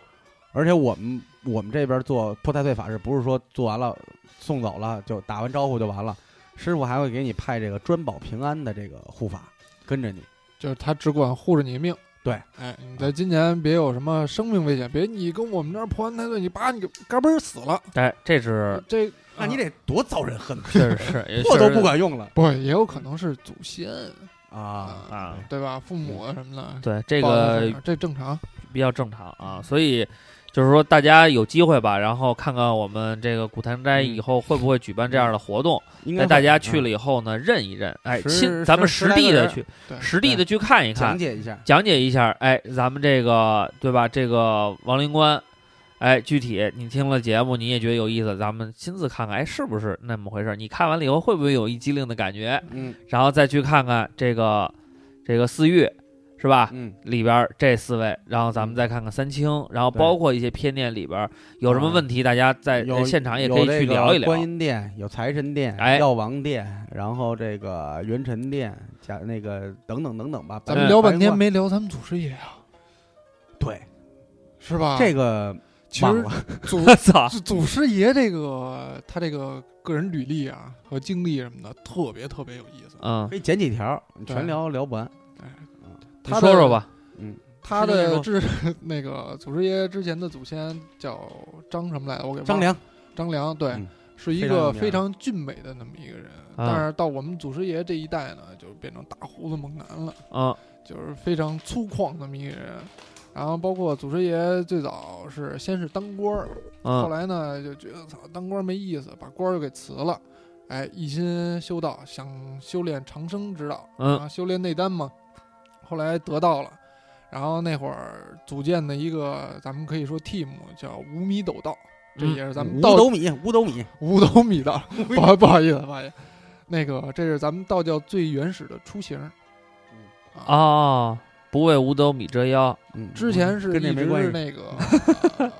而且我们我们这边做破太岁法事，不是说做完了送走了就打完招呼就完了，师傅还会给你派这个专保平安的这个护法跟着你。
就是他只管护着你命。
对，
哎，
嗯
你在今年别有什么生命危险，别你跟我们这儿破案太岁，你叭你给嘎嘣儿死了，
哎，这是
这
那你
得
得多遭人恨呐，
确实是，也
破
确
都
实
不管用了
不也有可能是祖先
啊！
啊，
对吧？父母啊什么的，
对这
报恩
个
上这正常。
比较正常啊，所以就是说大家有机会吧，然后看看我们这个古坛斋
嗯
以后会不会举办这样的活动，
应该
带嗯
啊
大家去
了
了以后呢，认一认，哎，
十
亲，咱们
十
实
十来
地
个
的
人
去
对，
实地的
对
去看一
讲
看，
解一下，
讲解一下，哎，咱们这个对吧？这个亡灵观，哎，具体你听了节目你也觉得有意思，咱们亲自看看，哎，是不是那么回事儿？你看完了以后会不会有一激灵的感觉？
嗯
然后再去看看这个这个四玉，是吧？
嗯，
里边儿这四位，然后咱们再看看三清，然后
对
包括一些偏殿里边儿有什么问题，大家在
有
呃现场也
嗯有
可以
这
去
个
聊一聊。
观音殿有财神殿、
哎
药王殿，然后这个元辰殿，加那个等等等等吧。
咱
白
们
嗯
聊半天
白云观啊
没聊咱们祖师爷啊，
对
是吧？
这个
啊其
忘
实
了，
祖
我操！
祖祖师爷这个他这个个人履历啊和经历什么的，特别特别有意思。
嗯，
可以剪几条，
对
全聊聊不完。
你
他
说
的
说吧。
他
师爷
的
说
之 那个祖师爷之前的祖先叫张什么来着？我给忘了
张良，
张良对，
嗯
是一
非常有
个
名啊
非常俊美的那么一个人。但是到我们祖师爷这一代呢，就变成大胡子猛男了，
嗯
就是非常粗犷那么一个人。然后包括祖师爷最早是先是当官儿，后
嗯
来呢就觉得操当官儿没意思，把官儿又给辞了，哎，一心修道，想修炼长生之道，
嗯
啊，修炼内丹嘛。后来得到了，然后那会儿组建的一个咱们可以说 team 叫五米斗道，这
嗯
也是咱们
五
道
斗米，五斗米，
五斗米道， 不好不好意思，不好意思，那个这是咱们道教最原始的雏形儿。啊，
哦，不为五斗米折腰。
嗯，
之前是
跟这
一
没
直
关系。
是那个， 呃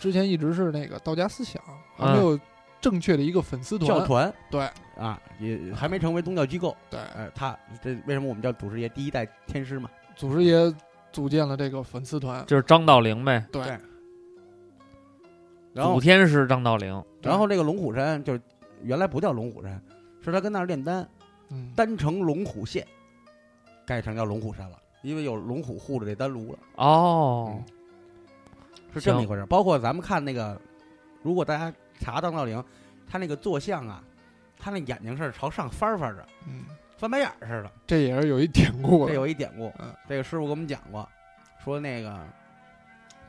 之前一直是那个道家思想，还
嗯
没有正确的一个粉丝
教
团。
团
对
啊，也还没成为宗教机构。
对，
呃，他这为什么我们叫祖师爷第一代天师嘛？
祖师爷组建了这个粉丝团。
就是张道陵呗，
对，
然后
祖天师张道陵。
对
然后这个龙虎山就是原来不叫龙虎山，是他跟那儿炼丹，
嗯，
丹城龙虎县，改成叫龙虎山了，因为有龙虎护着这丹炉了，
哦，
是这么
行
一回事儿。包括咱们看那个，如果大家查邓道陵，他那个坐像啊，他那眼睛是朝上翻翻着，
嗯，
翻白眼儿似的。
这也是有一典故
这
的。
有一典故
嗯，
这个师傅给我们讲过，说那个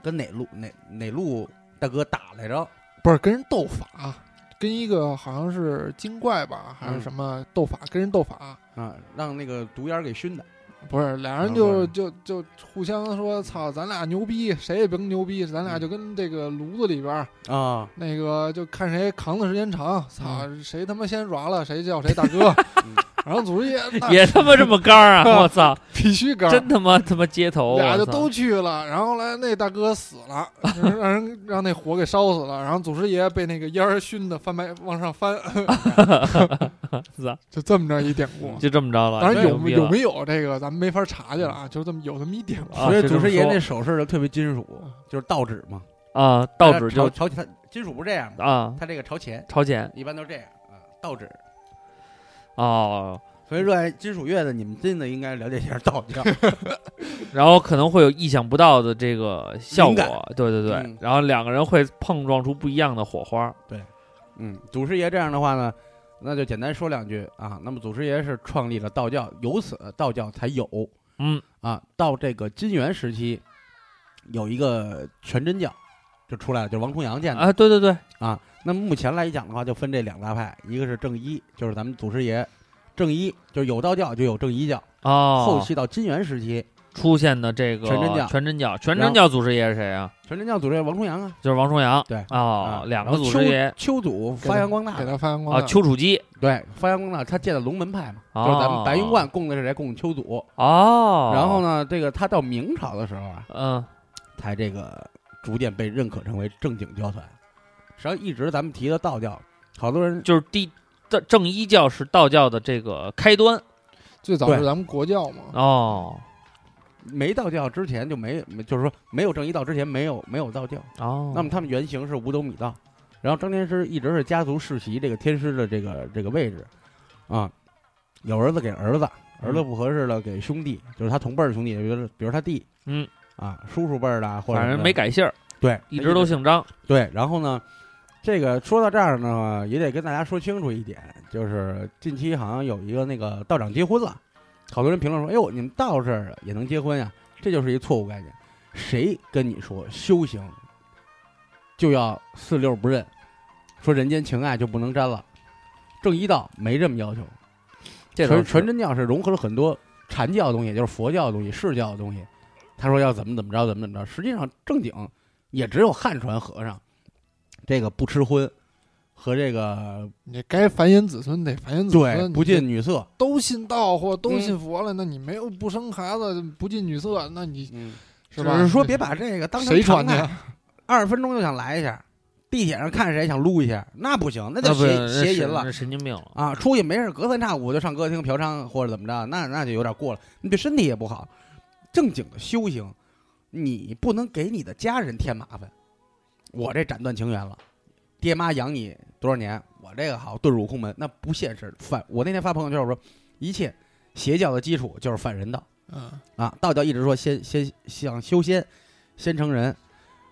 跟哪路哪哪路大哥打来着，
不是跟人斗法，跟一个好像是精怪吧，还是
嗯
什么斗法，跟人斗法，
啊，让那个毒烟儿给熏的，
不是俩
啊
人就
不
就就互相说操，咱俩牛逼，谁也甭牛逼，咱俩就跟这个炉子里边儿
啊，
那个就看谁扛的时间长，操，谁他妈先耍了，谁叫谁大哥
嗯。
然后组织也那
也他妈这么 刚儿啊！我操，
必须干，
真他妈他妈街头，
俩就
哦我操
都去了。然后后来那大哥死了， 让人让那火给烧死了。然后祖师爷被那个烟儿熏的翻白往上 翻，
操
就这么着一典故。
啊就这么着了。
当然有
牛逼
有没
了嗯
有这个咱们没法查去了啊，就这么有这么一典故。
啊
所以
就这
祖
么
师爷
说
那手势就特别金属，就是倒指嘛，
啊？道指
朝
就
朝前，他金属不是这样的，
啊，
他这个朝前，
朝前
一般都是这样啊，倒指。
哦，
所以热爱金属乐的你们真的应该了解一下道教，
然后可能会有意想不到的这个效
灵
果，对对对
嗯。
然后两个人会碰撞出不一样的火花。
嗯，祖师爷这样的话呢。那就简单说两句啊。那么祖师爷是创立了道教，由此道教才有
嗯，
啊，到这个金元时期，有一个全真教就出来了，就是王重阳建的
啊，对对对，
啊。那么目前来讲的话，就分这两大派，一个是正一，就是咱们祖师爷正一，就是有道教就有正一教。
哦，
后期到金元时期，
出现的这个
全真教
全真教，全
然
真
后
教祖师爷是谁啊？
全真教祖师爷王重阳啊，
就是王重阳。
对
哦
啊，
两
然
个
后
祖
丘
师爷
丘祖 发扬光大
给
的，
他发扬光
啊，
大。
丘处机
对，发扬光大，他建的龙门派嘛，
哦
就是咱们白云观供的是谁？供丘祖。
哦。
然后？呢，这个他到明朝的时候啊，
嗯，
才这个逐渐被认可成为正经教团。实际上，一直咱们提的道教，好多人
就是第正正一教是道教的这个开端
最早是咱们国教嘛，
哦
没道教之前就没，没就是说没有正一道之前没有没有道教。
哦。
那么他们原型是五斗米道，然后张天师一直是家族世袭这个天师的这个这个位置，啊，有儿子给儿子，
嗯
儿子不合适了给兄弟，就是他同辈儿兄弟，比如比如他弟，
嗯
啊，叔叔辈儿的啊，或者
反
什
正
么
没
的
改姓儿，
对，
一直都姓张。
对。然后呢，这个说到这儿呢，也得跟大家说清楚一点，就是近期好像有一个那个道长结婚了，好多人评论说：“哎呦，你们道士也能结婚呀？”啊这就是一错误概念。谁跟你说修行就要四六不认，说人间情爱就不能沾了？正一道没这么要求。
这
纯
都
纯真教是融合了很多禅教的东西，就是佛教的东西、释教的东西。他说要怎么怎么着，怎么怎么着。实际上正经也只有汉传和尚，这个不吃荤和这个
你该繁衍子孙得繁衍子孙，
对
你
不近女色。
都信道或都
嗯
信佛了，那你没有不生孩子不近女色，那你
嗯，
是
只
吧？
是说别把这个当成
谁
常
传的
态，
啊
呀？
二十分钟就想来一下，地铁上看谁想撸一下，那不行，那
那
就
啊不
邪
是
邪淫了
那。神经病了。
啊，出去没事隔三差五就上歌厅嫖娼或者怎么着，那那就有点过了，你对身体也不好。正经的修行，你不能给你的家人添麻烦。我这斩断情缘了，爹妈养你多少年，我这个好遁入空门，那不现实。反我那天发朋友圈我说，一切邪教的基础就是反人道
嗯，
啊，道教一直说先先想修仙，先成人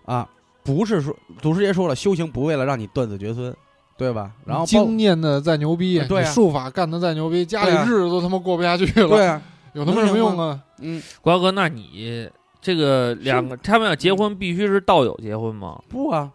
啊，不是说祖师爷说了，修行不为了让你断子绝孙，对吧？然后包
经验的再牛逼，
呃
嗯对啊
你术法干的再牛逼，家里
对啊
日子都他妈过不下去了，
对啊，
有他妈什么用啊？
嗯，
瓜哥，那你这个两个他们要结婚，必须是道友结婚吗？
不啊，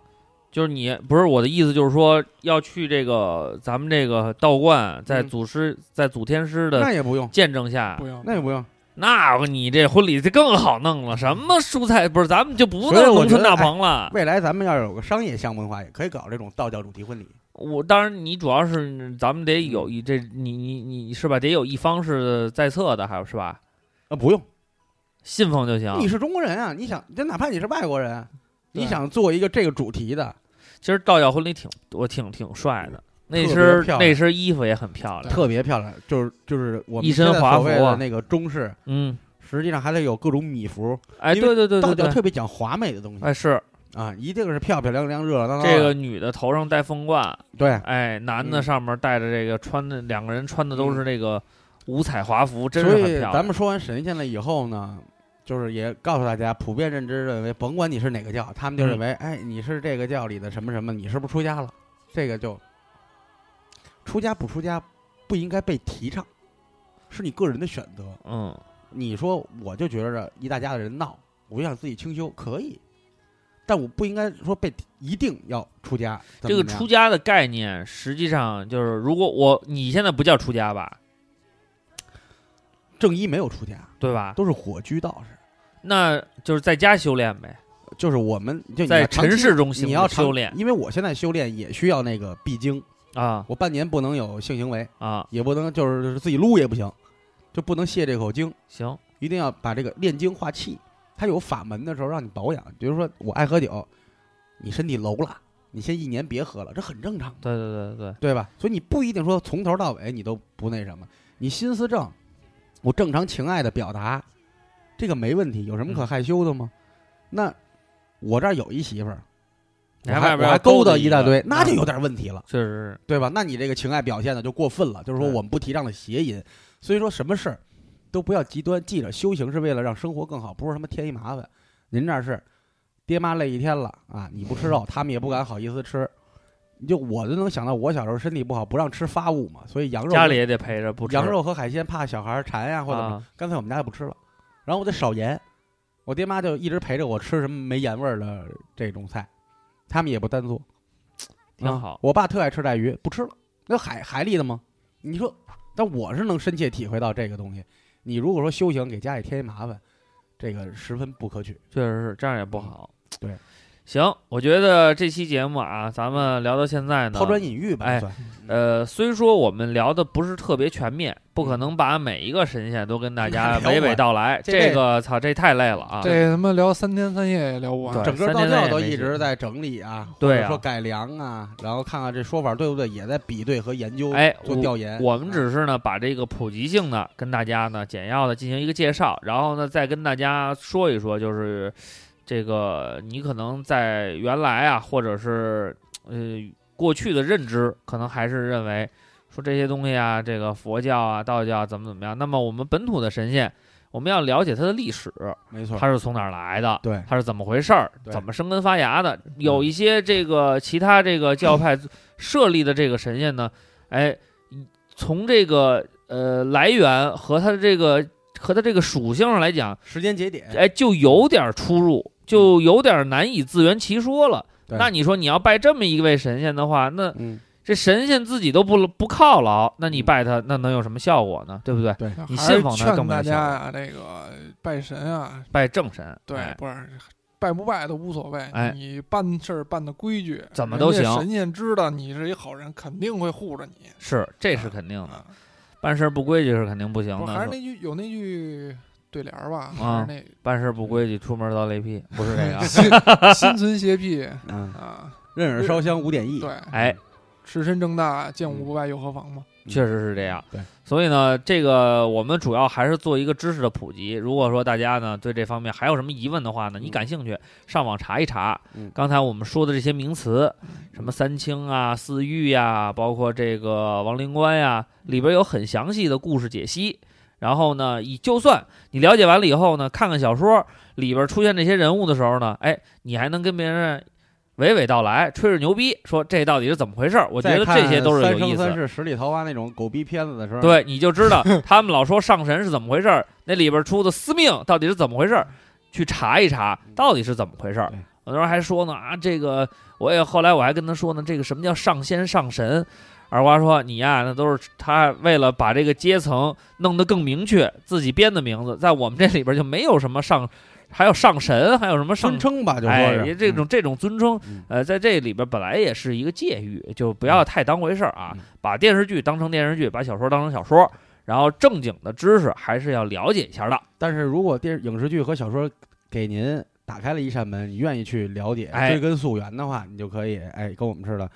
就是你不是我的意思，就是说要去这个咱们这个道观，在
嗯
祖师在祖天师
那
的
也不用，
见证下，
不用，
那也不用。
那你这婚礼就更好弄了，什么蔬菜不是？咱们就不
所以
弄
我
农村
觉得哎
大棚了。
未来咱们要有个商业项目的话，也可以搞这种道教主题婚礼。
我当然，你主要是咱们得
嗯
有一这，你你你是吧？得有一方是在册的，还有是吧？
啊，不用，
信奉就行。
你是中国人啊，你想，就哪怕你是外国人，
对
你想做一个这个主题的，
其实道教婚礼挺我挺挺帅的，那
嗯特别
身
漂亮
那身衣服也很漂亮。
特别漂亮，就是就是我们
一身
现在
华
所谓
服啊
的那个中式，
嗯，
实际上还得有各种米服，
哎，
因为
对对对
道
对
教
对，
特别讲华美的东西。
哎是
啊，一定是漂漂亮亮、热热闹闹的。
这个女的头上戴凤冠，
对，
哎，男的
嗯
上面戴着这个穿的，两个人穿的都是这个五彩华服，真是
所
很
以
漂亮。
咱们说完神仙了以后呢，就是也告诉大家，普遍认知认为，甭管你是哪个教，他们就
嗯
认为，哎，你是这个教里的什么什么，你是不是出家了？这个就出家不出家不应该被提倡，是你个人的选择。
嗯，
你说我就觉着一大家子人闹，我就想自己清修，可以，但我不应该说被一定要出家。怎
这
么
个
怎么样
出家的概念，实际上就是，如果我你现在不叫出家吧，
正一没有出家，
对吧？
都是火居道士，
那就是在家修炼呗，
就是我们就你
在
要长期
尘世中行
你要长
修炼
因为我现在修炼也需要那个闭经，
啊
我半年不能有性行为，
啊，
也不能就是自己撸也不行，就不能泄这口精，
行，
一定要把这个炼精化气。它有法门的时候让你保养，比如说我爱喝酒，你身体楼了，你先一年别喝了，这很正常。
对对对对，
对吧？所以你不一定说从头到尾你都不那什么，你心思正，我正常情爱的表达，这个没问题，有什
嗯
么可害羞的吗？那我这儿有一媳妇儿，
你
我
还
还
外边
我还
勾
搭
搭
一大堆，
个
那就有，
啊
点问题了，
确实是，
对吧？那你这个情爱表现的就过分了，就是说
对
我们不提倡的邪淫。所以说什么事儿都不要极端，记着修行是为了让生活更好，不是他妈添一麻烦。您这儿是爹妈累一天了啊，你不吃肉，他们也不敢好意思吃。你就我就能想到我小时候身体不好，不让吃发物嘛，所以羊肉
家里也得陪着，不吃
羊肉和海鲜怕小孩儿馋呀、或者、
啊
干脆我们家就不吃了。然后我得少盐，我爹妈就一直陪着我吃什么没盐味儿的这种菜，他们也不单做，
挺
啊
好
我爸特爱吃带鱼，不吃了，那海海里的吗？你说，但我是能深切体会到这个东西。你如果说修行给家里添一麻烦，这个十分不可取。
确实是这样也不好。
对，
行，我觉得这期节目啊，咱们聊到现在呢，
抛砖引玉吧，
哎
算。
呃，虽说我们聊的不是特别全面，不可能把每一个神仙都跟大家
聊
娓
完
娓道来，
这
这个操，这太累了啊！
这他妈聊三天三夜也聊不完
对。
整个
三
道
天内
教
也
都
没
一
解
直在整理啊，
对
或者
啊
说改良啊，然后看看这说法对不对，也在比对和研究，
哎
做调研。
我们
啊
只是呢把这个普及性呢跟大家呢简要的进行一个介绍，然后呢再跟大家说一说，就是这个你可能在原来啊，或者是呃过去的认知，可能还是认为说这些东西啊，这个佛教啊、道教啊怎么怎么样。那么我们本土的神仙，我们要了解它的历史，
没错，
它是从哪儿来的，
嗯对
它是怎么回事儿，
对嗯
怎么生根发芽的。有一些这个其他这个教派设立的这个神仙呢，哎，从这个呃来源和它的这个和它这个属性上来讲，
时间节点，
哎，就有点出入，就有点难以自圆其说了。
嗯对
那你说你要拜这么一位神仙的话，那
嗯，
这神仙自己都不不犒劳，那你拜他，那能有什么效果呢？对不对？
对，
你
还
信
是
奉它
劝
更没
大
效
家啊，这个拜神啊，
拜正神，
对
哎，
不是拜不拜都无所谓
哎，
你办事儿办的规矩，
怎么都
人家
行
神仙知道你是一好人，肯定会护着你。
是这是肯定的。
啊，
办事不规矩是肯定不行
不
的，
是还是
说
那句有那句对联儿吧？
啊
还是
办事不规矩，出门遭雷劈，不是这
那
个。啊
心心存邪僻
嗯，
啊，
任尔烧香五点一，
对，
哎，嗯
持身正大，见无不败，有何妨嘛？
确实是这样。
对，
所以呢，这个我们主要还是做一个知识的普及。如果说大家呢对这方面还有什么疑问的话呢，你
嗯
感兴趣，上网查一查
嗯。
刚才我们说的这些名词，什么三清啊、四御呀、包括这个王灵官呀、里边有很详细的故事解析。然后呢，以就算你了解完了以后呢，看看小说里边出现这些人物的时候呢，哎，你还能跟别人娓娓道来，吹着牛逼，说这到底是怎么回事儿？我觉得这些都是有
三
意
生
思的
三。世十里桃花那种狗逼片子的时候，，
对，你就知道他们老说上神是怎么回事儿，那里边出的司命到底是怎么回事儿，去查一查到底是怎么回事儿
对。
有的人还说呢啊，这个我也后来我还跟他说呢，这个什么叫上仙上神？二瓜说你呀、那都是他为了把这个阶层弄得更明确，自己编的名字，在我们这里边就没有什么上，还有上神，还有什么上
声称吧，就
哎
说，
也
是
这种这种尊称
嗯，
呃，在这里边本来也是一个界域，就不要太当回事儿啊
嗯，
把电视剧当成电视剧，把小说当成小说，然后正经的知识还是要了解一下的。
但是如果电影视剧和小说给您打开了一扇门，你愿意去了解、
哎
追根溯源的话，你就可以哎跟我们似的，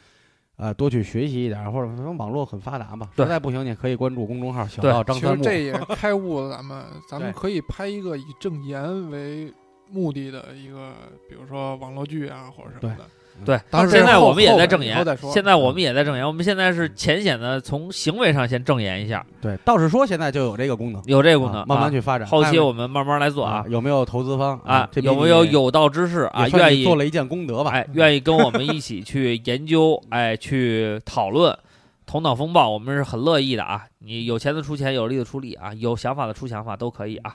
呃，多去学习一点，或者反正网络很发达嘛，
对
实在不行你可以关注公众号“小
对
道张
其
三
实
木
这也开悟了，咱们咱们
对
可以拍一个以正言为目的的一个，比如说网络剧啊或者什么的。
嗯
对，
当时
现在
后
我们也
后
在
边
证
以
言
后再，说
现在我们也在证言，我们现在是
嗯
浅显的从行为上先证言一下，
对，倒是说现在就有这个功能，
有这个功能
啊
啊，
慢慢去发展。
后
看
期
看
我们慢慢来做啊
有没有投资方
啊，
这
有
比
没有
你
有道之士啊，
也算
愿
你
意
做了一件功德吧？
哎，
嗯
愿意跟我们一起去 研究，哎，去讨论头脑风暴，我们是很乐意的啊。你有钱的出钱，有力的出力啊，有想法的出想法都可以啊。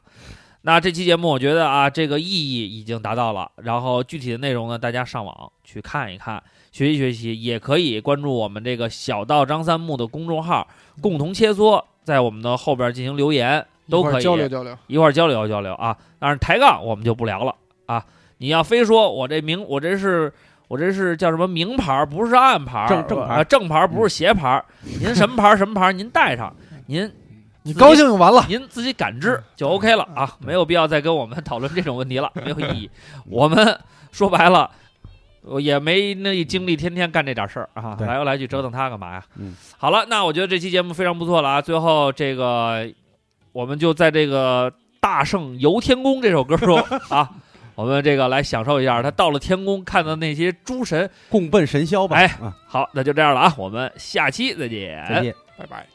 那这期节目我觉得啊，这个意义已经达到了，然后具体的内容呢，大家上网去看一看，学习学习，也可以关注我们这个小道张三木的公众号，共同切磋，在我们的后边进行留言都
一块儿
可以
交流交流。
一块儿交流交流啊。但是抬杠我们就不聊了啊。你要非说我这名，我这是我这是叫什么名牌儿，不是暗牌儿，
正正牌儿嗯
啊正牌儿不是邪牌儿。您什么牌儿什么牌儿，您带上，您
你高兴就完了，
啊您自己感知就 OK 了啊，没有必要再跟我们讨论这种问题了，没有意义。我们说白了。我也没那精力天天干这点事儿啊，
对
来来去折腾他干嘛呀？
嗯，
好了，那我觉得这期节目非常不错了啊。最后这个，我们就在这个《大圣游天宫》这首歌中啊，我们这个来享受一下他到了天宫看到那些诸神。
共奔神霄吧！
哎
啊，
好，那就这样了啊，我们下期再见。
再见。
拜拜。